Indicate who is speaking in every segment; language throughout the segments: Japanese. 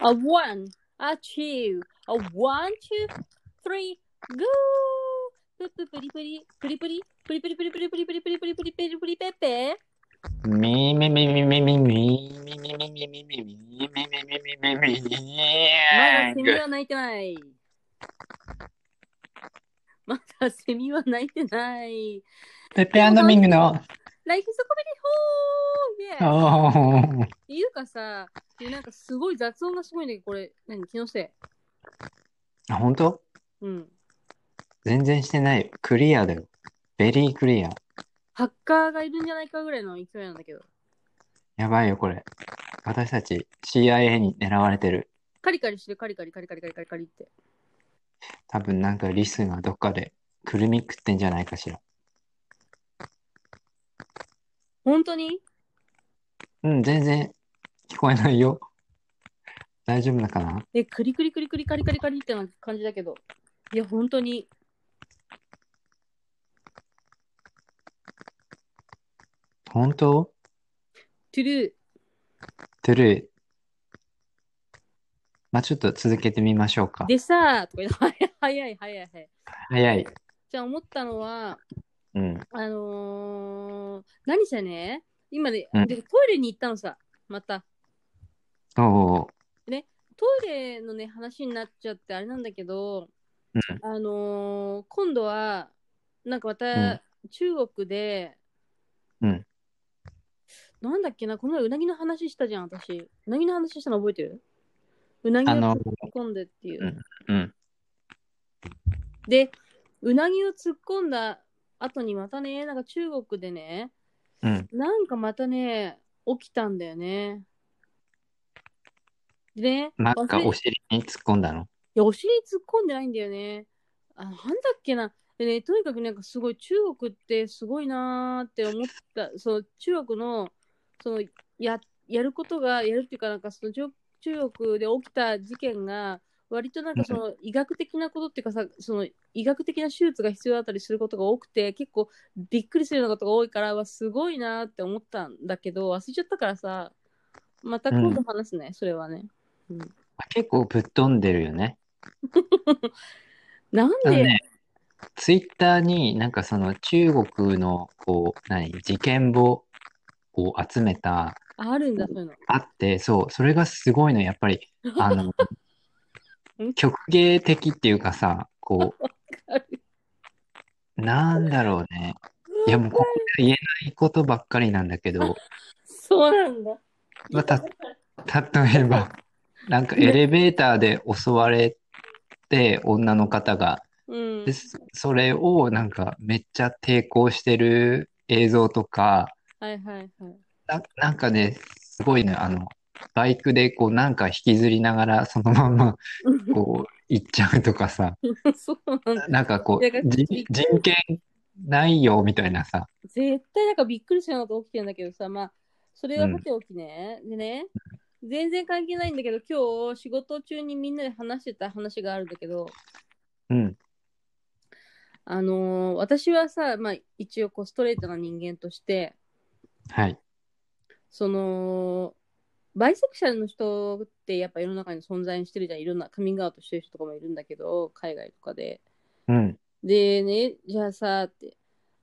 Speaker 1: A one, a two, a one, two, three, go! プププリプリプリプリプリプリプリプリプリプリプリプリプリプリプリペペ
Speaker 2: みみみみみみみみみみみみみみみみみみみ
Speaker 1: まだセミ
Speaker 2: み
Speaker 1: は鳴いてない。まだセミは鳴いてない。
Speaker 2: ペペアンドミングの
Speaker 1: ライフそこまでほーイェー
Speaker 2: おー
Speaker 1: っていうかさ、いやなんかすごい雑音がすごいんだけど、これ、何気のせ
Speaker 2: あ本当
Speaker 1: い。うん。
Speaker 2: 全然してないよクリアだよベリークリア
Speaker 1: ハッカーがいるんじゃないかぐらいの勢いなんだけど。
Speaker 2: やばいよこれ私たち CIA に狙われてる
Speaker 1: カリカリしてるカリカリカリカリカリカリカリって。
Speaker 2: 多分なんかリスがどっかでくるみ食ってんじゃないかしら
Speaker 1: 本当に
Speaker 2: うん全然聞こえないよ大丈夫だかな
Speaker 1: え、クリクリクリクリカリカリカリってな感じだけど。いや、本当に。
Speaker 2: 本当
Speaker 1: トゥルー。
Speaker 2: トゥルーまあちょっと続けてみましょうか
Speaker 1: でさーとか言って、 早い早い早い。
Speaker 2: 早い
Speaker 1: じゃあ思ったのは、
Speaker 2: うん
Speaker 1: あのー、何せね、今ね、
Speaker 2: うん
Speaker 1: でトイレに行ったのさ、また。
Speaker 2: おお
Speaker 1: トイレのね、話になっちゃってあれなんだけど、
Speaker 2: うん
Speaker 1: あのー、今度は、なんかま
Speaker 2: うん
Speaker 1: た中国で、
Speaker 2: うん
Speaker 1: なんだっけな、この前うなぎの話したじゃん、私。うなぎの話したの覚えてるうなぎを
Speaker 2: あの
Speaker 1: 突っ込んでっていう。
Speaker 2: うん
Speaker 1: で、うなぎを突っ込んだ後にまたね、なんか中国でね、
Speaker 2: うん
Speaker 1: なんかまたね、起きたんだよね。でね、
Speaker 2: なん
Speaker 1: 忘
Speaker 2: か
Speaker 1: れ
Speaker 2: お尻に突っ込んだの
Speaker 1: いや、お尻突っ込んでないんだよね。あ、なんだっけな。でね、とにかくなんかすごい中国ってすごいなーって思った。その中国の、その、や、やることが、やるっていうかなんかその中中国で起きた事件が、割となんかその医学的なことっていうかさ、その医学的な手術が必要だったりすることが多くて、結構びっくりするようなことが多いから、わすごいなーって思ったんだけど、忘れちゃったからさ、また今度話すね、それはね。
Speaker 2: あ結構ぶっ飛んでるよね
Speaker 1: なん
Speaker 2: あの
Speaker 1: で、
Speaker 2: ねツイッターになんかその中国のこう何事件簿を集めた
Speaker 1: あるんだ、そういうの。
Speaker 2: あってそうそれがすごいのやっ ぱりあの
Speaker 1: うん
Speaker 2: 曲芸的っていうかさこ うなんだろうねいやもうここでは言えないことばっかりなんだけど、
Speaker 1: そうなんだ。
Speaker 2: まあ、た例えばなんかエレベーターで襲われて女の方が
Speaker 1: うん
Speaker 2: で。そそれをなんかめっちゃ抵抗してる映像とか
Speaker 1: はいはいはい。
Speaker 2: ななんかねすごいねあのバイクでこうなんか引きずりながらそのままこう行っちゃうとかさ
Speaker 1: そうなんだ。
Speaker 2: なんかこう
Speaker 1: いやが
Speaker 2: 人人権ないよみたいなさ
Speaker 1: 絶対なんかびっくりするようなこと起きてんだけどさ、まあ、それはさておきね。でね、全然関係ないんだけど、今日仕事中にみんなで話してた話があるんだけど、
Speaker 2: うん
Speaker 1: あのー私はさ、まあ、一応こうストレートな人間として、
Speaker 2: はい
Speaker 1: その、バイセクシャルの人ってやっぱ世の中に存在してるじゃん。いろんなカミングアウトしてる人とかもいるんだけど、海外とかで。
Speaker 2: うん
Speaker 1: でね、じゃあさ、って、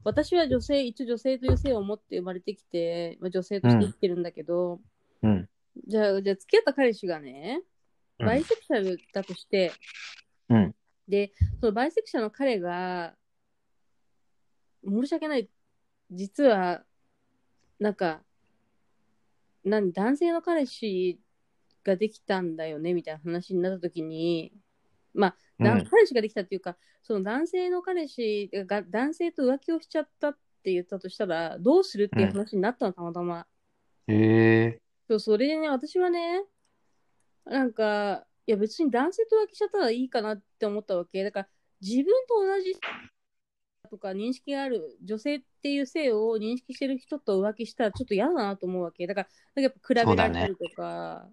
Speaker 1: 私は女性、一応女性という性を持って生まれてきて、まあ、女性として生きてるんだけど、
Speaker 2: うん
Speaker 1: じゃあ、じゃあ付き合った彼氏がね、
Speaker 2: うん
Speaker 1: バイセクシャルだとして、
Speaker 2: うん
Speaker 1: で、そのバイセクシャルの彼が、申し訳ない、実は、なんか、なん男性の彼氏ができたんだよね、みたいな話になった時に、
Speaker 2: う
Speaker 1: だ
Speaker 2: ん
Speaker 1: 彼氏ができたっていうか、その男性の彼氏が男性と浮気をしちゃったって言ったとしたら、どうするっていう話になったの、たまたま。
Speaker 2: へえ
Speaker 1: そうそれでね、私はね、なんか、いや別に男性と浮気しちゃったらいいかなって思ったわけ。だから、自分と同じとか認識がある女性っていう性を認識してる人と浮気したらちょっと嫌だなと思うわけ。だから、なんかやっぱ比べられたりとか。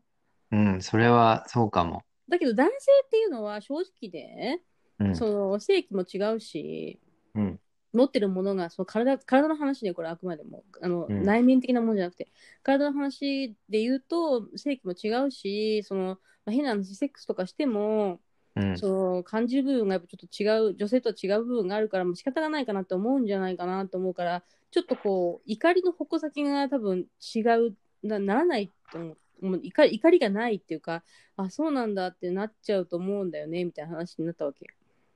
Speaker 2: うんそれはそうかも
Speaker 1: だけど男性っていうのは正直ね、
Speaker 2: うん
Speaker 1: その性器も違うし、
Speaker 2: うん
Speaker 1: 持ってるものがその体体の話ねこれあくまでもあの、
Speaker 2: うん
Speaker 1: 内面的なものじゃなくて体の話で言うと性器も違うしそのまあ、変な話セックスとかしても、
Speaker 2: うん。
Speaker 1: そう感じる部分がやっぱちょっと違う女性とは違う部分があるからもう仕方がないかなって思うんじゃないかなと思うからちょっとこう怒りの矛先が多分違うなならないと思うもう怒り怒りがないっていうかあそうなんだってなっちゃうと思うんだよねみたいな話になったわけ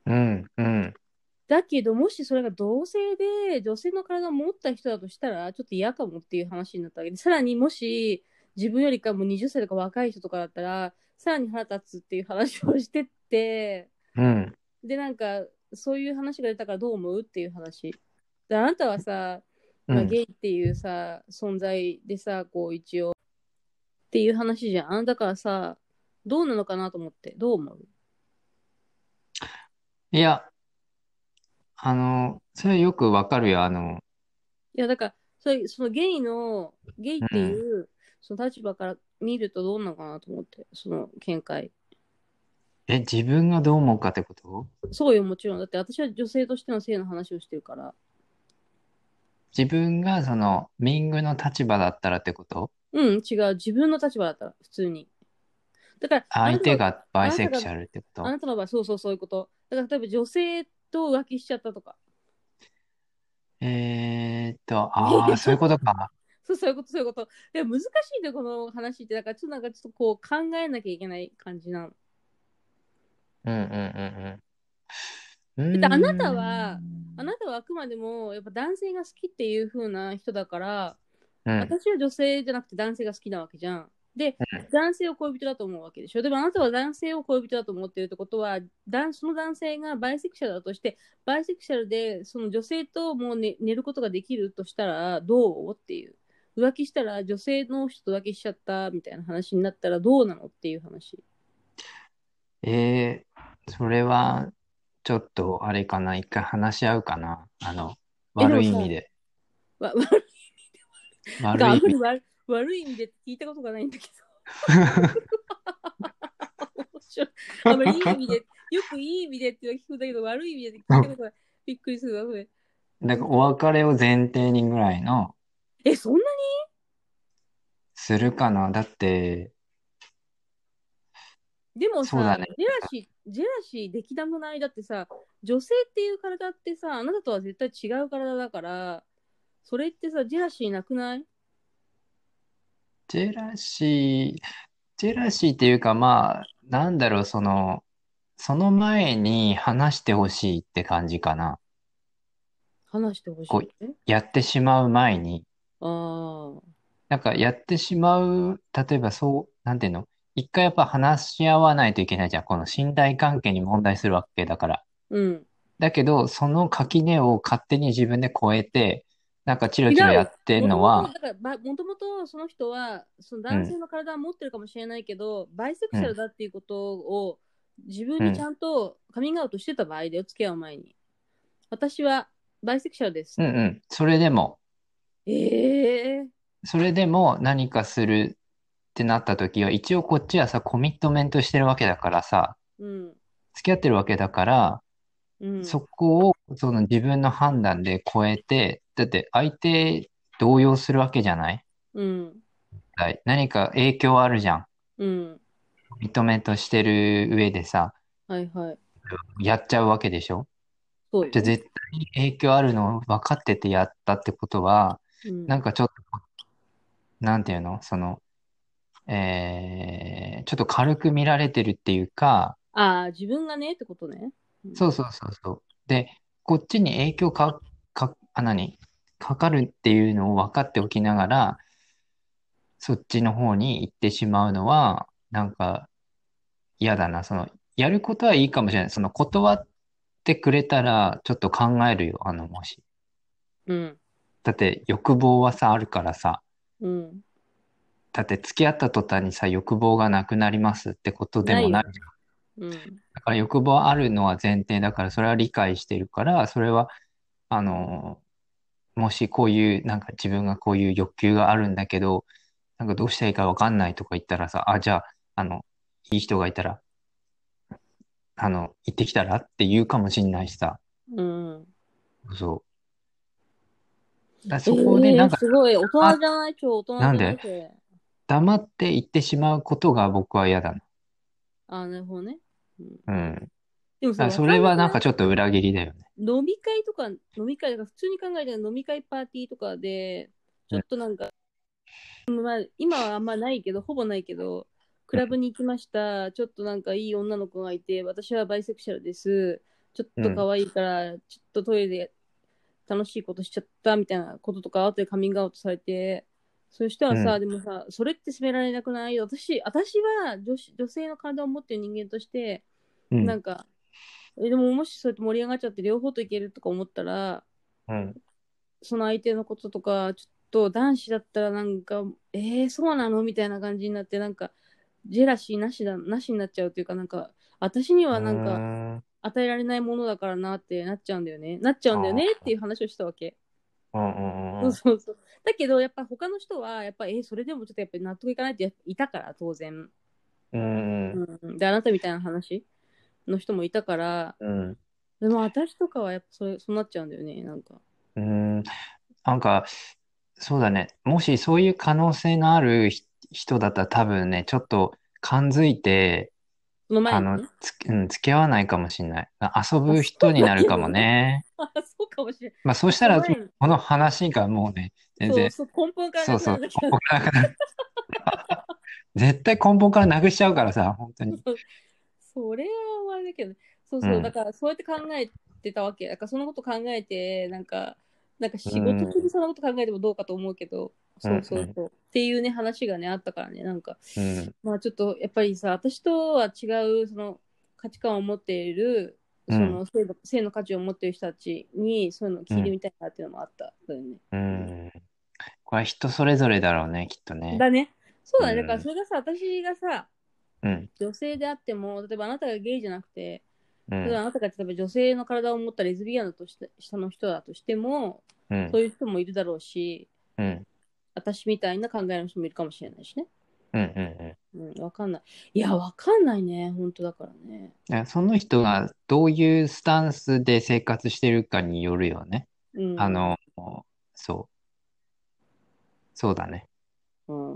Speaker 2: うん。うん。
Speaker 1: だけどもしそれが同性で女性の体を持った人だとしたらちょっと嫌かもっていう話になったわけでさらにもし自分よりかもう20歳とか若い人とかだったらさらに腹立つっていう話をしてって
Speaker 2: うん。
Speaker 1: でなんかそういう話が出たからどう思うっていう話であなたはさ、
Speaker 2: う
Speaker 1: まあ、
Speaker 2: ん。
Speaker 1: ゲイっていうさ、存在でさこう一応っていう話じゃんだからさどうなのかなと思ってどう思う
Speaker 2: いや、あの、それはよくわかるよ。あの、
Speaker 1: いやだからそれそのゲイのゲイっていう、その立場から見るとどうなのかなと思ってその見解
Speaker 2: え、自分がどう思うかってこと
Speaker 1: そうよもちろんだって私は女性としての性の話をしてるから
Speaker 2: 自分がその、ミングの立場だったらってこと
Speaker 1: うん違う自分の立場だったら普通にだから
Speaker 2: 相手がバ
Speaker 1: な
Speaker 2: イ
Speaker 1: た
Speaker 2: セ
Speaker 1: が
Speaker 2: クシャルってこと
Speaker 1: あなたの場合、そうそうそういうこと。だから例えば女性と浮気しちゃったとか。
Speaker 2: えーっと、ああ、そういうこ とか。
Speaker 1: そうそういうこと、そういうこと。でも難しいね、この話って。だからちょっとなんかちょっとこう考えなきゃいけない感じなの。
Speaker 2: うんうんうんうん。
Speaker 1: だってあなたは
Speaker 2: う
Speaker 1: あなたはあくまでもやっぱ男性が好きっていう風な人だから、
Speaker 2: ーん、うん、
Speaker 1: 私は女性じゃなくて男性が好きなわけじゃん。で
Speaker 2: うん、
Speaker 1: 男性を恋人だと思うわけでしょ。でもあなたは男性を恋人だと思ってるってことは、男その男性がバイセクシャルだとして、バイセクシャルでその女性ともう、ね、寝ることができるとしたらどうっていう。浮気したら女性の人と浮気しちゃったみたいな話になったらどうなのっていう話。
Speaker 2: えー、それは、ちょっと、あれかな、一回話し合うかな。あの、
Speaker 1: えでもさ
Speaker 2: 悪い意味で。
Speaker 1: わ
Speaker 2: 悪い
Speaker 1: 悪
Speaker 2: 意
Speaker 1: い
Speaker 2: 味。
Speaker 1: 悪い悪い意味でって聞いたことがないんだけど。面白いあんまりいい意味で、よくいい意味でって聞くんだけど、悪い意味でって聞いたことがびっくりするわ、それ。
Speaker 2: なんか、お別れを前提にぐらいの、
Speaker 1: え、そんなに
Speaker 2: するかな。だって、
Speaker 1: でも
Speaker 2: そう
Speaker 1: さ、
Speaker 2: だね
Speaker 1: ジェラシー、ジェラシーできたくないだってさ、女性っていう体ってさ、あなたとは絶対違う体だから、それってさ、ジェラシーなくない
Speaker 2: ジェラシー、ジェラシーっていうか、まあ、なんだろう、その、その前に話してほしいって感じかな。
Speaker 1: 話してほし
Speaker 2: こ
Speaker 1: い。え
Speaker 2: やってしまう前に。
Speaker 1: ああ。
Speaker 2: なんかやってしまう、例えばそう、なんていうの、一回やっぱ話し合わないといけないじゃん。この信頼関係に問題するわけだから。
Speaker 1: うん。
Speaker 2: だけど、その垣根を勝手に自分で越えて、なんかチロチロやって
Speaker 1: も
Speaker 2: ん
Speaker 1: と
Speaker 2: の
Speaker 1: もと、
Speaker 2: は、
Speaker 1: だからば、もともとその人は、その男性の体は持ってるかもしれないけど、バイセクシャルだっていうことを、自分にちゃんとカミングアウトしてた場合で、お付き合う前に。私はバイセクシャルです。
Speaker 2: うんうん、それでも、
Speaker 1: ええ
Speaker 2: それでも何かするってなった時は、一応こっちはさ、コミットメントしてるわけだからさ、
Speaker 1: うん。
Speaker 2: 付き合ってるわけだから、
Speaker 1: うん。
Speaker 2: そこをその自分の判断で超えて、だって相手動揺するわけじゃない
Speaker 1: うん。
Speaker 2: はい何か影響あるじゃん。
Speaker 1: うん。
Speaker 2: 認めとしてる上でさ、
Speaker 1: はいはい。
Speaker 2: やっちゃうわけでしょ
Speaker 1: そうよ
Speaker 2: じゃあ絶対に影響あるのを分かっててやったってことは、
Speaker 1: うん
Speaker 2: なんかちょっと、なんていうのその、えー、ちょっと軽く見られてるっていうか、
Speaker 1: ああ、自分がねってことね。
Speaker 2: そうそうそうそう。で、こっちに影響か、か、あ、何かかるっていうのを分かっておきながら、そっちの方に行ってしまうのは、なんか嫌だな。その、やることはいいかもしれない。その、断ってくれたら、ちょっと考えるよ。あの、もし。
Speaker 1: うん。
Speaker 2: だって、欲望はさ、あるからさ。
Speaker 1: うん。
Speaker 2: だって、付き合った途端にさ、欲望がなくなりますってことでも
Speaker 1: ないようん。
Speaker 2: ない。だから欲望あるのは前提だから、それは理解してるから、それは、あの、もしこういう、なんか自分がこういう欲求があるんだけど、なんかどうしたらいいかわかんないとか言ったらさ、あ、じゃあ、あの、いい人がいたら、あの、行ってきたらって言うかもしんないしさ、
Speaker 1: うん。
Speaker 2: そう。だからそこでなん
Speaker 1: えー
Speaker 2: か
Speaker 1: すごい、大人じゃない、超大人じゃない
Speaker 2: なんで黙って行ってしまうことが僕は嫌だな。
Speaker 1: あーなるほどね。うん、
Speaker 2: うん。
Speaker 1: でも
Speaker 2: だからそれはなんかちょっと裏切りだよね。
Speaker 1: 飲み会とか、飲み会、だから普通に考えたら飲み会パーティーとかで、ちょっとなんか、まあ、今はあんまないけど、ほぼないけど、クラブに行きました、ちょっとなんかいい女の子がいて、私はバイセクシャルです、ちょっと可愛いから、ちょっとトイレで楽しいことしちゃったみたいなこととか、後でカミングアウトされて、そしたらさ、
Speaker 2: う
Speaker 1: でもさ、それって責められなくない私、私は女子女性の体を持ってる人間として、
Speaker 2: うん。
Speaker 1: なんか、えでももしそうやって盛り上がっちゃって両方といけるとか思ったら、
Speaker 2: うん
Speaker 1: その相手のこととか、ちょっと男子だったらなんか、えー、そうなのみたいな感じになって、なんか、ジェラシーなしだ、なしになっちゃうというか、なんか、私にはなん
Speaker 2: う
Speaker 1: か、
Speaker 2: ーん
Speaker 1: 与えられないものだからなってなっちゃうんだよね。なっちゃうんだよねっていう話をしたわけ。
Speaker 2: うんうんう
Speaker 1: そ
Speaker 2: ん
Speaker 1: うそうそう。だけど、やっぱ他の人は、やっぱ、えーそれでもちょっとやっぱり納得いかないってやいたから、当然。
Speaker 2: うんうん
Speaker 1: うん、で、あなたみたいな話の人もいたから、
Speaker 2: うん
Speaker 1: でも私とかはやっぱそれそうなっちゃうんだよねなんか
Speaker 2: うんなんか、そうだね。もしそういう可能性のあるひ人だったら多分ね、ちょっと感づいて、
Speaker 1: その前
Speaker 2: あ
Speaker 1: に、
Speaker 2: の
Speaker 1: ね、、
Speaker 2: つ、うん、付き合わないかもしれない。あ遊ぶ人になるかもね。
Speaker 1: あそうかもしれ
Speaker 2: まあそうしたら、
Speaker 1: その前に
Speaker 2: この話がもうね、全
Speaker 1: な
Speaker 2: 然
Speaker 1: い、そうそう根本から
Speaker 2: そう
Speaker 1: なく
Speaker 2: そ
Speaker 1: な
Speaker 2: う、
Speaker 1: るんだ
Speaker 2: 根
Speaker 1: け
Speaker 2: 本
Speaker 1: ど
Speaker 2: からなくなる 絶対根本からなくしちゃうからさ、本当に。
Speaker 1: それはあれだけどそうそう、
Speaker 2: うん
Speaker 1: だからそうやって考えてたわけだからそのこと考えてなんかなんか仕事中にそんなこと考えてもどうかと思うけど、
Speaker 2: うん
Speaker 1: そうそうそう、っていうね話がねあったからねなんか
Speaker 2: うん、
Speaker 1: まあちょっとやっぱりさ私とは違うその価値観を持っているその性の性の価値を持っている人たちにそういうのを聞いてみたいなっていうのもあった、だよね
Speaker 2: うん。これは人それぞれだろうね、きっとね。
Speaker 1: だね。そうだね。
Speaker 2: う
Speaker 1: だ
Speaker 2: ん
Speaker 1: からそれがさ、私がさ、
Speaker 2: うん、
Speaker 1: 女性であっても、例えばあなたがゲイじゃなくて、
Speaker 2: う
Speaker 1: 例えばあ
Speaker 2: ん、
Speaker 1: なたが例えば女性の体を持ったレズビアンだとして下の人だとしても、
Speaker 2: うん
Speaker 1: そ、ういう人もいるだろうし、
Speaker 2: うん、
Speaker 1: 私みたいな考えの人もいるかもしれないしね。
Speaker 2: うん、うんうん。
Speaker 1: うん、わかんない。いや、わかんないね。本当だからね。
Speaker 2: だからその人がどういうスタンスで生活してるかによるよね。
Speaker 1: うん。
Speaker 2: あ、の、そう。そうだね。
Speaker 1: うん。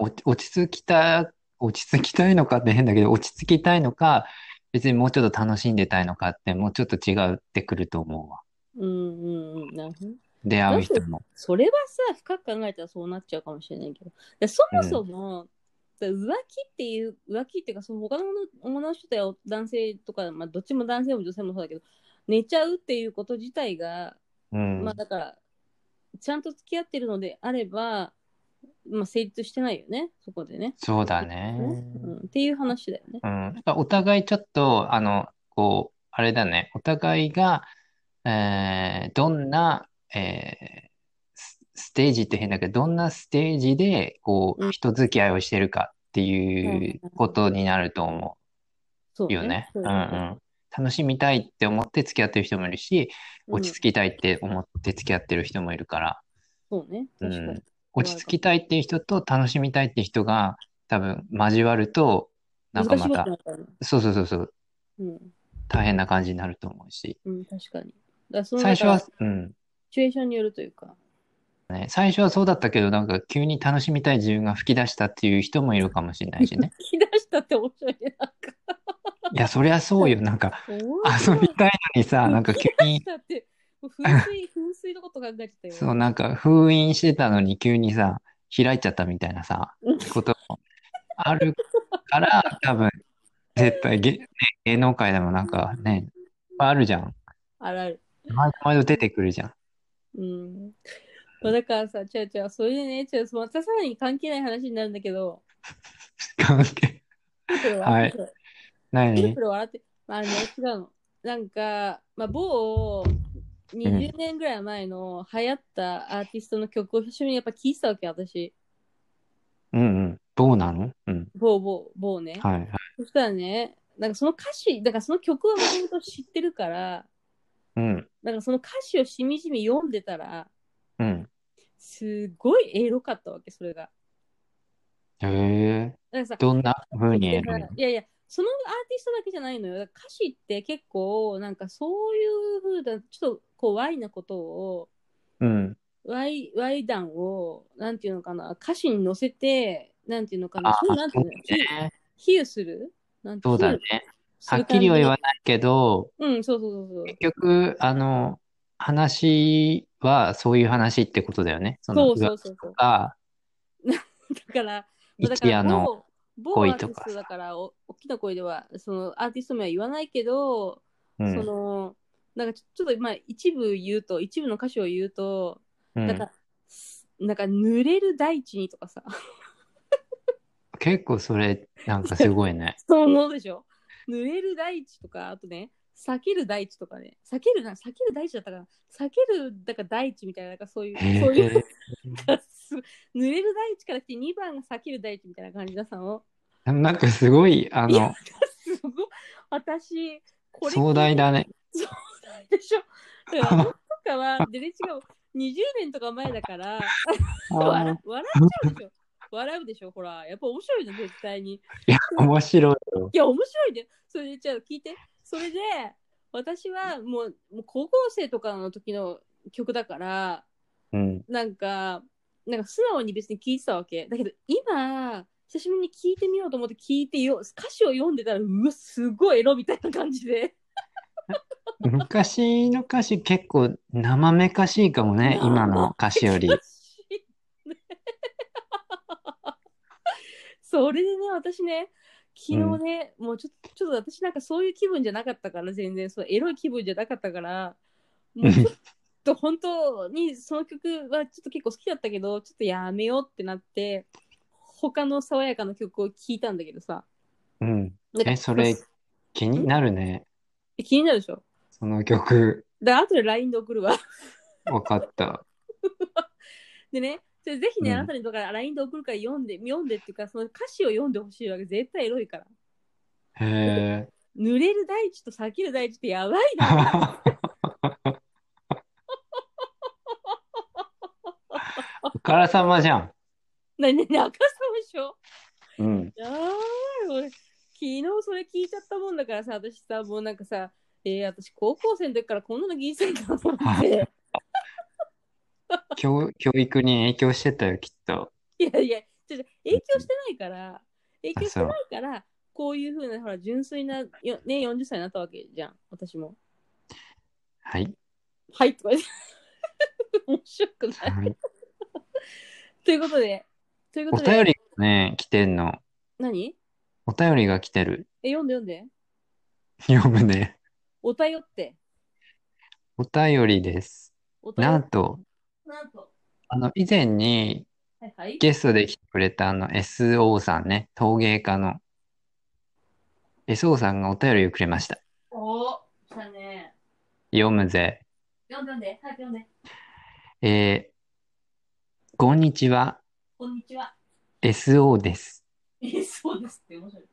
Speaker 2: 落ち落ち着きた、落ち着きたいのかって変だけど、落ち着きたいのか、別にもうちょっと楽しんでたいのかって、もうちょっと違うってくると思うわ。
Speaker 1: うんうんうん。なるほど。
Speaker 2: 出会う人も。
Speaker 1: それはさ、深く考えたらそうなっちゃうかもしれないけど。でそもそも、だから浮気っていう、浮気っていうか、その他の女の人と男性とか、まあ、どっちも男性も女性もそうだけど、寝ちゃうっていうこと自体が、
Speaker 2: うん
Speaker 1: まあだから、ちゃんと付き合ってるのであれば、まあ、成立してないよね、そこでね。
Speaker 2: そうだね。
Speaker 1: うん、っていう話だよね。
Speaker 2: うん。だからお互いちょっと、あの、こう、あれだね。お互いが、えーどんな、えースステージって変だけど、どんなステージで、こ
Speaker 1: う
Speaker 2: う、
Speaker 1: ん
Speaker 2: 人付き合いをしてるかっていうことになると思う。
Speaker 1: そう
Speaker 2: よね。
Speaker 1: そううんだね
Speaker 2: うん。楽しみたいって思って付き合ってる人もいるし、
Speaker 1: うん
Speaker 2: 落ち着きたいって思って付き合ってる人もいるから、
Speaker 1: そうね。
Speaker 2: う
Speaker 1: 確
Speaker 2: ん
Speaker 1: かに。
Speaker 2: 落ち着きたいっていう人と楽しみたいって人が多分交わると、なんか
Speaker 1: 難しい
Speaker 2: ま
Speaker 1: こと
Speaker 2: た
Speaker 1: に、なったらね。
Speaker 2: そうそうそうそう、
Speaker 1: うん。
Speaker 2: 大変な感じになると思うし、
Speaker 1: うん、確かに。だからその
Speaker 2: 最初
Speaker 1: だ
Speaker 2: は
Speaker 1: から、
Speaker 2: うん、
Speaker 1: シチュエーションによるというか。
Speaker 2: ね、最初はそうだったけど、なんか急に楽しみたい自分が吹き出したっていう人もいるかもしれない しね。
Speaker 1: 引き出したって面白いね。なんか。
Speaker 2: いや、そりゃそうよ。なんか遊びたいのにさ、なんか急
Speaker 1: 引
Speaker 2: に
Speaker 1: き、出したって、もう噴水、噴水のこと考えてたよ。
Speaker 2: そう、なんか封印してたのに急にさ、開いちゃったみたいなさ、こともあるから、多分、絶対芸、ね芸能界でもなんかね、いっぱいあるじゃん。
Speaker 1: あらる。
Speaker 2: 毎度毎度出てくるじゃん。
Speaker 1: うん。まあだからさ、違う違う、それでね、違う、またさらに関係ない話になるんだけど、
Speaker 2: 関係。
Speaker 1: プルプル笑って、プル
Speaker 2: 何
Speaker 1: プル笑って、まあね、違うの。なんか、まあ、某20年ぐらい前の流行ったアーティストの曲を一緒にやっぱ聴いてたわけ、私。
Speaker 2: うんうん。どうなのうん。
Speaker 1: 某某、某ね。
Speaker 2: はいはい。
Speaker 1: そしたらね、なんかその歌詞、だからその曲はもともと知ってるから、
Speaker 2: うん。
Speaker 1: なんかその歌詞をしみじみ読んでたら、
Speaker 2: うん。
Speaker 1: すごいエロかったわけ、それが。
Speaker 2: へえ。
Speaker 1: なんかさ、
Speaker 2: どんな風にやるの
Speaker 1: いやいや、そのアーティストだけじゃないのよ。だから歌詞って結構、なんかそういう風な、ちょっとこう、ワイなことを、
Speaker 2: うん。
Speaker 1: ワイ、ワイ談を、なんていうのかな、歌詞に乗せて、なんていうのかな、
Speaker 2: あ
Speaker 1: そういうなんていうの、
Speaker 2: え
Speaker 1: 比比喩するなん
Speaker 2: そうだね。はっきりは言わ
Speaker 1: ない。
Speaker 2: ないけど、
Speaker 1: うん、そうそうそうそう。
Speaker 2: 結局、あの、話はそういう話ってことだよね。そ
Speaker 1: そう
Speaker 2: の、うわ
Speaker 1: そうそうそう。
Speaker 2: が、
Speaker 1: だから、だか
Speaker 2: 一
Speaker 1: ら
Speaker 2: 夜の、
Speaker 1: 某某ア
Speaker 2: 恋
Speaker 1: ーテ
Speaker 2: と
Speaker 1: ィ
Speaker 2: か
Speaker 1: ストだからお大きな声ではそのアーティスト名は言わないけど、
Speaker 2: うん
Speaker 1: そのなんかちょちょっとまあ一部言うと一部の歌詞を言うと、
Speaker 2: うん
Speaker 1: なんかなんか濡れる大地にとかさ
Speaker 2: 結構それ、なんかすごいね。
Speaker 1: そう思うでしょ濡れる大地とかあとね避ける大地とかね避けるな避ける大地だったかな避けるだから大地みたいななんか そういう
Speaker 2: へ
Speaker 1: そういう
Speaker 2: え、
Speaker 1: す濡れる大地から来て2番が避ける大地みたいな感じださんを
Speaker 2: なんかすごい、あ
Speaker 1: いや
Speaker 2: の、
Speaker 1: すごい私これ
Speaker 2: 壮大だね。
Speaker 1: でしょ。だから僕とかは、でね、違う、20年とか前だから、笑笑っちゃうでしょ。笑うでしょ、ほら。やっぱ面白いの、絶対に。
Speaker 2: いや、面白いよ。
Speaker 1: いや、面白いね。それで、じゃあ聞いて。それで、私はもうもう高校生とかの時の曲だから、
Speaker 2: うん。
Speaker 1: なんか、なんか素直に別に聞いてたわけ。だけど今、久しぶりに聞いてみようと思って聞いてよ、歌詞を読んでたら、うわ、すごいエロみたいな感じで。
Speaker 2: 昔の歌詞結構生めかしいかもね、今の歌詞より。
Speaker 1: それでね、私ね、昨日ね、もうちょっと、ちょっと私なんかそういう気分じゃなかったから、全然、そうエロい気分じゃなかった から、もうちょっと本当にその曲はちょっと結構好きだったけど、ちょっとやめようってなって、他の爽やかな曲を聴いたんだけどさ、
Speaker 2: うん。
Speaker 1: なんか
Speaker 2: え、それ気になるね。
Speaker 1: 気になるでしょ
Speaker 2: その曲、
Speaker 1: だから後で LINE で送るわ。
Speaker 2: わかった。
Speaker 1: でね、それぜひね、
Speaker 2: うん
Speaker 1: あなたにとから LINE で送るから読んで、読んでっていうか、その歌詞を読んでほしいわけ、絶対エロいから。
Speaker 2: へえ。
Speaker 1: 濡れる大地と避ける大地ってやばい な。
Speaker 2: あからさまじゃん。
Speaker 1: なになに、赤さでしょ
Speaker 2: うん。
Speaker 1: やばい、俺、昨日それ聞いちゃったもんだからさ、私さ、もうなんかさ、えー、私高校生の時からこんなの聞いてたんだと思って。
Speaker 2: 教、教育に影響してたよ、きっと。
Speaker 1: いやいや、ちょっと影響してないから、影響してないから、こういうふうな、ほら、純粋な、よね、40歳になったわけじゃん、私も。
Speaker 2: はい。
Speaker 1: はい、とか言って 面白くない。
Speaker 2: はい
Speaker 1: ということで、というこ
Speaker 2: お
Speaker 1: とで、
Speaker 2: 便りがね、来てんの。
Speaker 1: 何
Speaker 2: お便りが来てる。
Speaker 1: え、読んで読んで。
Speaker 2: 読むね。
Speaker 1: お便って。
Speaker 2: お便りです。
Speaker 1: お便
Speaker 2: なんと、
Speaker 1: なんと。
Speaker 2: あの、以前に
Speaker 1: はいはい。
Speaker 2: ゲストで来てくれたあの SO さんね、陶芸家の SO さんがお便りをくれました。
Speaker 1: おー、来たね。
Speaker 2: 読むぜ。
Speaker 1: 読んで読んで。はい、読んで。
Speaker 2: えー、こんにちは、
Speaker 1: こんにちは。
Speaker 2: SO です。
Speaker 1: え、そうですって、面白い。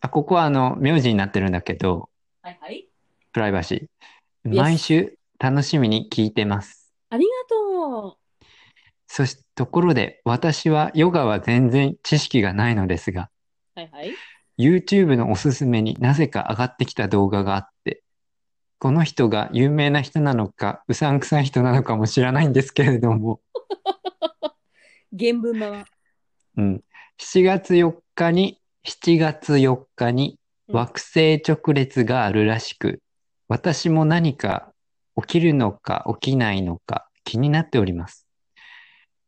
Speaker 2: あ、ここはあの、名字になってるんだけど、
Speaker 1: はいはい。
Speaker 2: プライバシー。
Speaker 1: Yes
Speaker 2: 毎週楽しみに聞いてます。
Speaker 1: ありがと
Speaker 2: そして、ところで、私はヨガは全然知識がないのですが、
Speaker 1: う。はいはい。
Speaker 2: YouTube のおすすめになぜか上がってきた動画があって、この人が有名な人なのか、うさんくさい人なのかも知らないんですけれども、
Speaker 1: 原文版は。
Speaker 2: うん、7月4日に、7月4日に
Speaker 1: うん
Speaker 2: 惑星直列があるらしく、私も何か起きるのか起きないのか気になっております。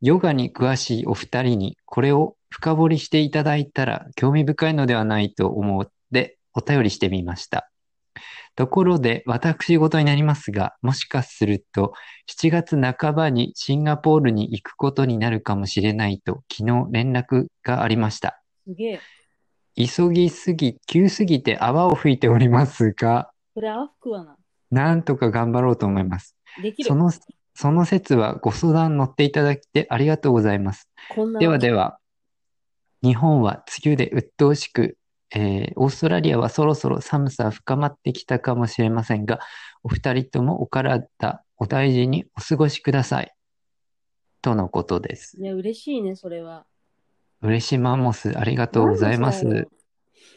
Speaker 2: ヨガに詳しいお二人にこれを深掘りしていただいたら興味深いのではないと思ってお便りしてみました。ところで私事になりますが、もしかすると7月半ばにシンガポールに行くことになるかもしれないと昨日連絡がありました。
Speaker 1: すげえ。
Speaker 2: 急ぎすぎ、急すぎて泡を吹いておりますが、
Speaker 1: これ、泡吹くわな。
Speaker 2: なんとか頑張ろうと思います。
Speaker 1: できる
Speaker 2: そ。の、その説はご相談乗っていただきてありがとうございます。
Speaker 1: こんな。
Speaker 2: ではでは、日本は梅雨で鬱陶しく、えーオーストラリアはそろそろ寒さ深まってきたかもしれませんが、お二人ともお体、お大事にお過ごしください。とのことです。
Speaker 1: いや、嬉しいね、それは。
Speaker 2: 嬉しマンモス、ありがとうございま。
Speaker 1: なんですさ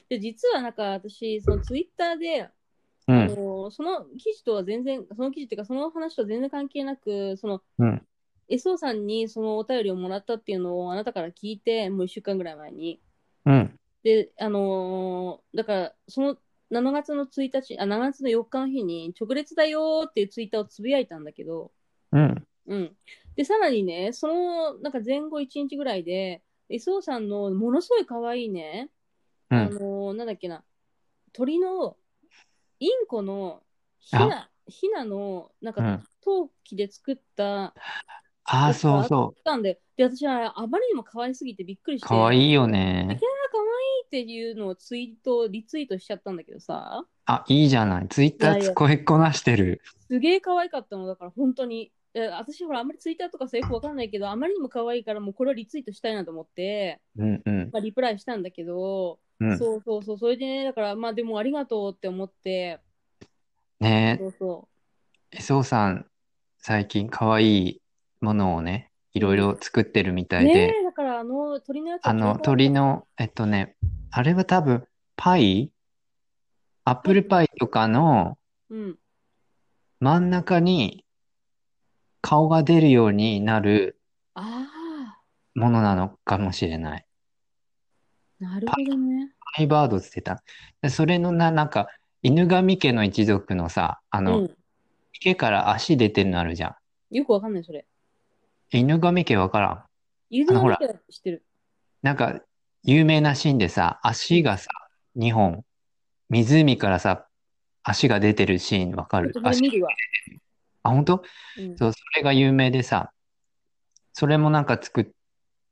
Speaker 1: で実はなんか私、そのツイッターで、
Speaker 2: う
Speaker 1: あ
Speaker 2: ん、
Speaker 1: のその記事とは全然、その記事っていうか、その話とは全然関係なく、その、
Speaker 2: うん、
Speaker 1: SO さんにそのお便りをもらったっていうのをあなたから聞いて、もう1週間ぐらい前に。
Speaker 2: うん、
Speaker 1: で、あのーだから、その7月の1日、あ、7月の4日の日に、直列だよーっていうツイッターをつぶやいたんだけど、
Speaker 2: うん。
Speaker 1: うん。で、さらにね、その、なんか前後1日ぐらいで、磯尾さんのものすごい可愛いね、
Speaker 2: う
Speaker 1: あ
Speaker 2: ん。
Speaker 1: のーなんだっけな、鳥の、インコのヒナ、ヒナの、なん
Speaker 2: う
Speaker 1: か
Speaker 2: ん、
Speaker 1: 陶器で作った、
Speaker 2: ああ、そうそ
Speaker 1: ったんで、で、私はあまりにも可愛すぎてびっくりし
Speaker 2: う。
Speaker 1: て、
Speaker 2: かわいいよね。
Speaker 1: あ可愛いっていうのをツイート、リツイートしちゃったんだけどさ、
Speaker 2: あ、いいじゃない。ツイッタ
Speaker 1: いやい
Speaker 2: ー
Speaker 1: や
Speaker 2: 使いこなしてる。
Speaker 1: すげえ可愛かったのだから、本当に。え私、ほら、あんまりツイッターとかさ、よくわかんないけど、あまりにも可愛いから、もうこれはリツイートしたいなと思って、
Speaker 2: うんうん
Speaker 1: まあ、リプライしたんだけど、
Speaker 2: うん。
Speaker 1: そうそうそう、それでね、だから、まあ、でもありがとうって思って、
Speaker 2: ね
Speaker 1: そうそ
Speaker 2: え、そうさん、最近かわいいものをね、いろいろ作ってるみた
Speaker 1: う。
Speaker 2: い
Speaker 1: ね
Speaker 2: で、
Speaker 1: え、だから、あの、鳥のやつ
Speaker 2: あの、鳥
Speaker 1: の、
Speaker 2: の、えっとね、あれは多分、パイアップルパイとかの
Speaker 1: うん。
Speaker 2: 真ん中に顔が出るようになる
Speaker 1: あ
Speaker 2: ものなのかもしれない。
Speaker 1: あ、なるほどね。
Speaker 2: パイバードって言ってた。でそれのな、なんか、犬神家の一族のさ、あ
Speaker 1: う
Speaker 2: の、
Speaker 1: ん。
Speaker 2: 池から足出てるのあるじゃん。
Speaker 1: よくわかんない、それ。
Speaker 2: 犬神家わからん。
Speaker 1: ゆず
Speaker 2: あの
Speaker 1: の
Speaker 2: ほら
Speaker 1: だけは知ってる。
Speaker 2: なんか、有名なシーンでさ、足がさ、2本、湖からさ、足が出てるシーンわか
Speaker 1: ちょっ
Speaker 2: る
Speaker 1: とそれ
Speaker 2: 足
Speaker 1: 見、るわ。
Speaker 2: あ、本当
Speaker 1: うん
Speaker 2: そう、それが有名でさ、それもなんか作っ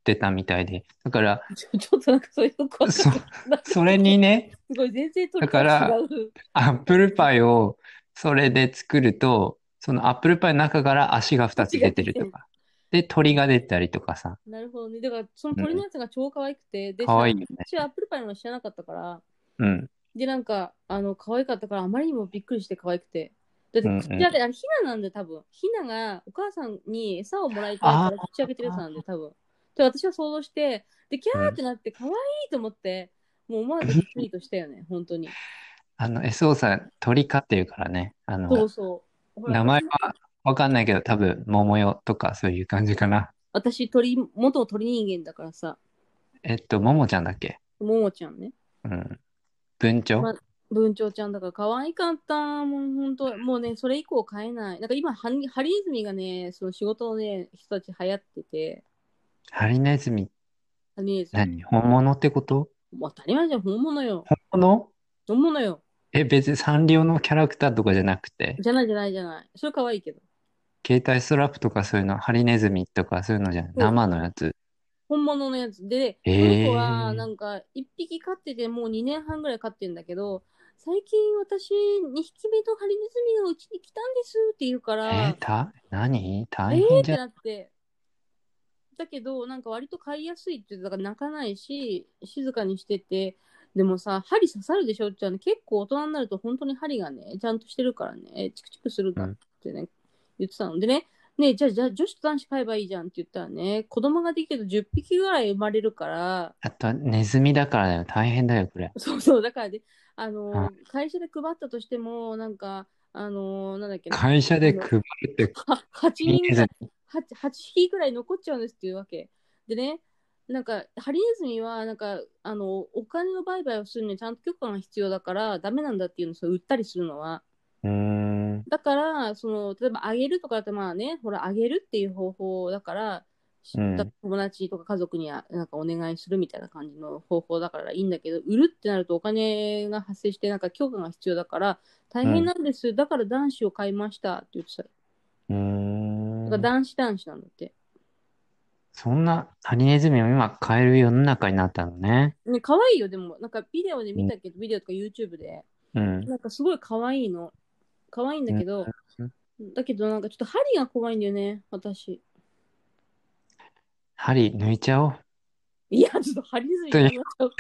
Speaker 2: てたみたいで。だから、
Speaker 1: ち ょちょっとなんかそれよくわか
Speaker 2: そ
Speaker 1: んない。
Speaker 2: それにね、
Speaker 1: すごい、全然取り
Speaker 2: だから
Speaker 1: 違う。
Speaker 2: アップルパイをそれで作ると、そのアップルパイの中から足が2つ出てるとか。で、鳥が出たりとかさ、
Speaker 1: なるほどね。だから、その鳥のやつが超可愛くて、で、
Speaker 2: かわいい
Speaker 1: 知
Speaker 2: よね。
Speaker 1: ら私はアップルパイの知らなかったから、
Speaker 2: うん。
Speaker 1: で、なんか、あの、可愛かったから、あまりにもびっくりして可愛くて。だって、
Speaker 2: うんうん
Speaker 1: 口開け、あれ、ヒナなんで、多分。ヒナが、お母さんに餌をもらいたいから、口開けてるやつなんで、多分。で、私は想像して、で、キャーってなって、可愛いと思って、もう思わずリツイートしたよね、本当に。
Speaker 2: あの、SO さん、鳥飼ってるからね。あの、
Speaker 1: そうそう。ほら
Speaker 2: 名前はわかんないけど、多分、桃代とかそういう感じかな。
Speaker 1: 私、鳥、元鳥人間だからさ、
Speaker 2: えっと、桃ちゃんだっけ
Speaker 1: ももちゃんね。
Speaker 2: うん。文鳥、
Speaker 1: まあ文鳥ちゃんだから可愛かった。もう本当、もうね、それ以降買えない。なんか今、ハリハリネズミがね、その仕事のね、人たち流行ってて、
Speaker 2: ハリネズミ、
Speaker 1: ハリネズミ。
Speaker 2: 何本物ってこと
Speaker 1: もう当たり前じゃん、本物よ。
Speaker 2: 本物
Speaker 1: 本物よ。
Speaker 2: え、別にサンリオのキャラクターとかじゃなくて、
Speaker 1: じゃないじゃないじゃない。それ可愛いけど。
Speaker 2: 携帯ストラップとかそういうの、ハリネズミとかそういうのじゃん。生のやつ。
Speaker 1: 本物のやつで、こ
Speaker 2: へー
Speaker 1: の子はなんか1匹飼っててもう2年半ぐらい飼ってんだけど、最近私2匹目とハリネズミがうちに来たんですって言うか
Speaker 2: え
Speaker 1: ら、
Speaker 2: ー、た、何大
Speaker 1: ええー
Speaker 2: 変
Speaker 1: って
Speaker 2: じゃん。
Speaker 1: なって。だけど、なんか割と飼いやすいって言ってたから泣かないし、静かにしてて、でもさ、針刺さるでしょって言ったらね結構大人になると本当に針がね、ちゃんとしてるからね、チクチクするんだってね、言ってたのでね、ねじゃあ、じゃあ女子と男子飼えばいいじゃんって言ったらね、子供ができると10匹ぐらい生まれるから、
Speaker 2: あと、ネズミだからだよ。大変だよ、これ。
Speaker 1: そうそう、だからね、あの
Speaker 2: は
Speaker 1: 会社で配ったとしても、なんか、あのなんだっけな、
Speaker 2: 会社で配るって、
Speaker 1: は8
Speaker 2: ハリ
Speaker 1: 人ぐ
Speaker 2: ネ
Speaker 1: らい
Speaker 2: ズミ。
Speaker 1: 8, 8匹ぐらい残っちゃうんですっていうわけ。でね、なんか、ハリネズミは、なんか、あの、お金の売買をするのにちゃんと許可が必要だから、ダメなんだっていうんですよ、売ったりするのは。
Speaker 2: うーん。
Speaker 1: だから、その、例えば、あげるとかだって、まあね、ほら、あげるっていう方法だから、知
Speaker 2: うん
Speaker 1: った友達とか家族にあなんかお願いするみたいな感じの方法だからいいんだけど、売るってなるとお金が発生して、なんか許可が必要だから、大変なんです、だから男子を買いましたって言ってた。だ
Speaker 2: うーん
Speaker 1: から男子男子なんだって。
Speaker 2: そんなハリネズミを今買える世の中になったのね。
Speaker 1: ね、可愛いよ、でも、なんかビデオで見たけど、ビデオとか YouTube で、
Speaker 2: うん。
Speaker 1: なんかすごい可愛いの。可愛いんだけど、
Speaker 2: うん
Speaker 1: だけどなんかちょっと針が怖いんだよね、私。
Speaker 2: 針抜いちゃおう。
Speaker 1: いや、ちょっとハリネズミになっちゃ う。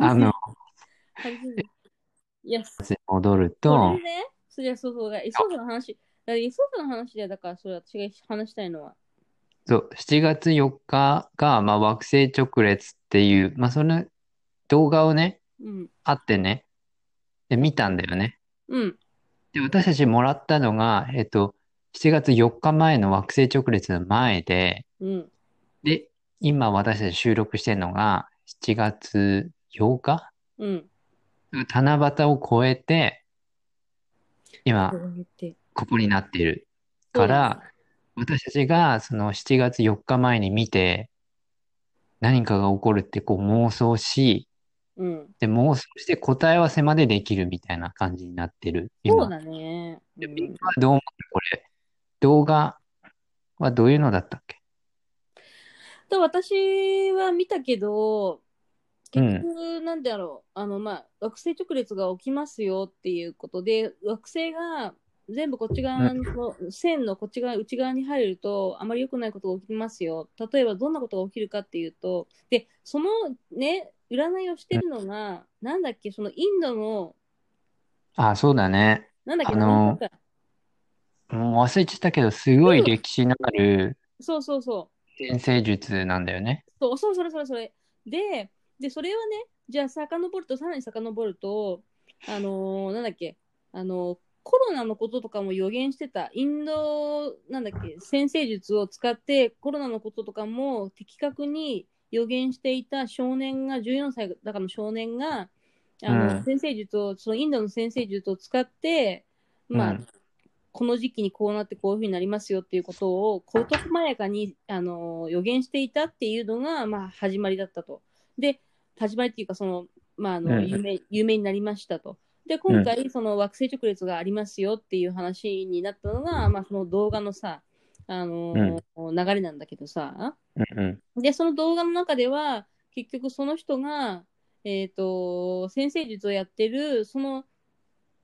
Speaker 2: あの、
Speaker 1: ハリネズミ。いや、そ
Speaker 2: 戻ると
Speaker 1: れで、、ね、そりゃそうそうだ、イソフの話、だからイソフの話で、だからそれ私が話したいのは。
Speaker 2: そう、7月4日が、まあ、惑星直列っていう、まあ、その動画をね、
Speaker 1: うん。
Speaker 2: あってね、で、見たんだよね。
Speaker 1: うん。
Speaker 2: で、私たちもらったのが、えっと、7月4日前の惑星直列の前で、
Speaker 1: うん。
Speaker 2: で、今私たち収録してるのが7月8日
Speaker 1: うん。
Speaker 2: 七夕を超えて、今、
Speaker 1: 言って
Speaker 2: ここになっているから、私たちがその7月4日前に見て、何かが起こるってこう妄想し、
Speaker 1: うん。
Speaker 2: で、妄想して答え合わせまでできるみたいな感じになってる。今。
Speaker 1: そうだね。う
Speaker 2: で
Speaker 1: ん
Speaker 2: みんなどう思うこれ。動画はどういうのだったっけ
Speaker 1: と私は見たけど、結局、なんだろう、あの、まあ、惑星直列が起きますよっていうことで、惑星が全部こっち側の、線のこっち側、内側に入ると、あまり良くないことが起きますよ。例えば、どんなことが起きるかっていうと、で、そのね、占いをしてるのが、なんだっけ、そのインドの、
Speaker 2: あ、そうだね。
Speaker 1: なんだっけ、
Speaker 2: あのー
Speaker 1: なんか
Speaker 2: もう忘れちゃったけど、すごい歴史のある
Speaker 1: そうそうそう。
Speaker 2: 転生術なんだよね。
Speaker 1: そう、そう、それそれそれ。で、で、それはね、じゃあ遡ると、さらに遡ると、あのーなんだっけ、あのーコロナのこととかも予言してた、インド、なんだっけ、先生術を使って、コロナのこととかも的確に予言していた少年が、14歳だからの少年が、あの、
Speaker 2: うん
Speaker 1: 先生術を、そのインドの先生術を使って、まあ、
Speaker 2: うん
Speaker 1: この時期にこうなってこういうふうになりますよっていうことを事細やかに、あの予言していたっていうのが、まあ、始まりだったと。で始まりっていうかその、まああ
Speaker 2: う
Speaker 1: の
Speaker 2: ん
Speaker 1: 有名有名になりましたと。で今回その惑星直列がありますよっていう話になったのが、まあ、その動画のさ、あの流れなんだけどさ
Speaker 2: うんうん。
Speaker 1: でその動画の中では結局その人が、えっと先生術をやってるその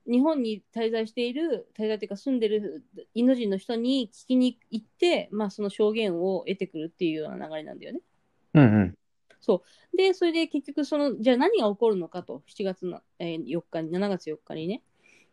Speaker 1: 日本に滞在している滞在というか住んでるインド人の人に聞きに行って、まあ、その証言を得てくるっていうような流れなんだよね。
Speaker 2: うんうん。
Speaker 1: でそれで結局そのじゃあ何が起こるのかと7月の、えー4日に7月4日にね。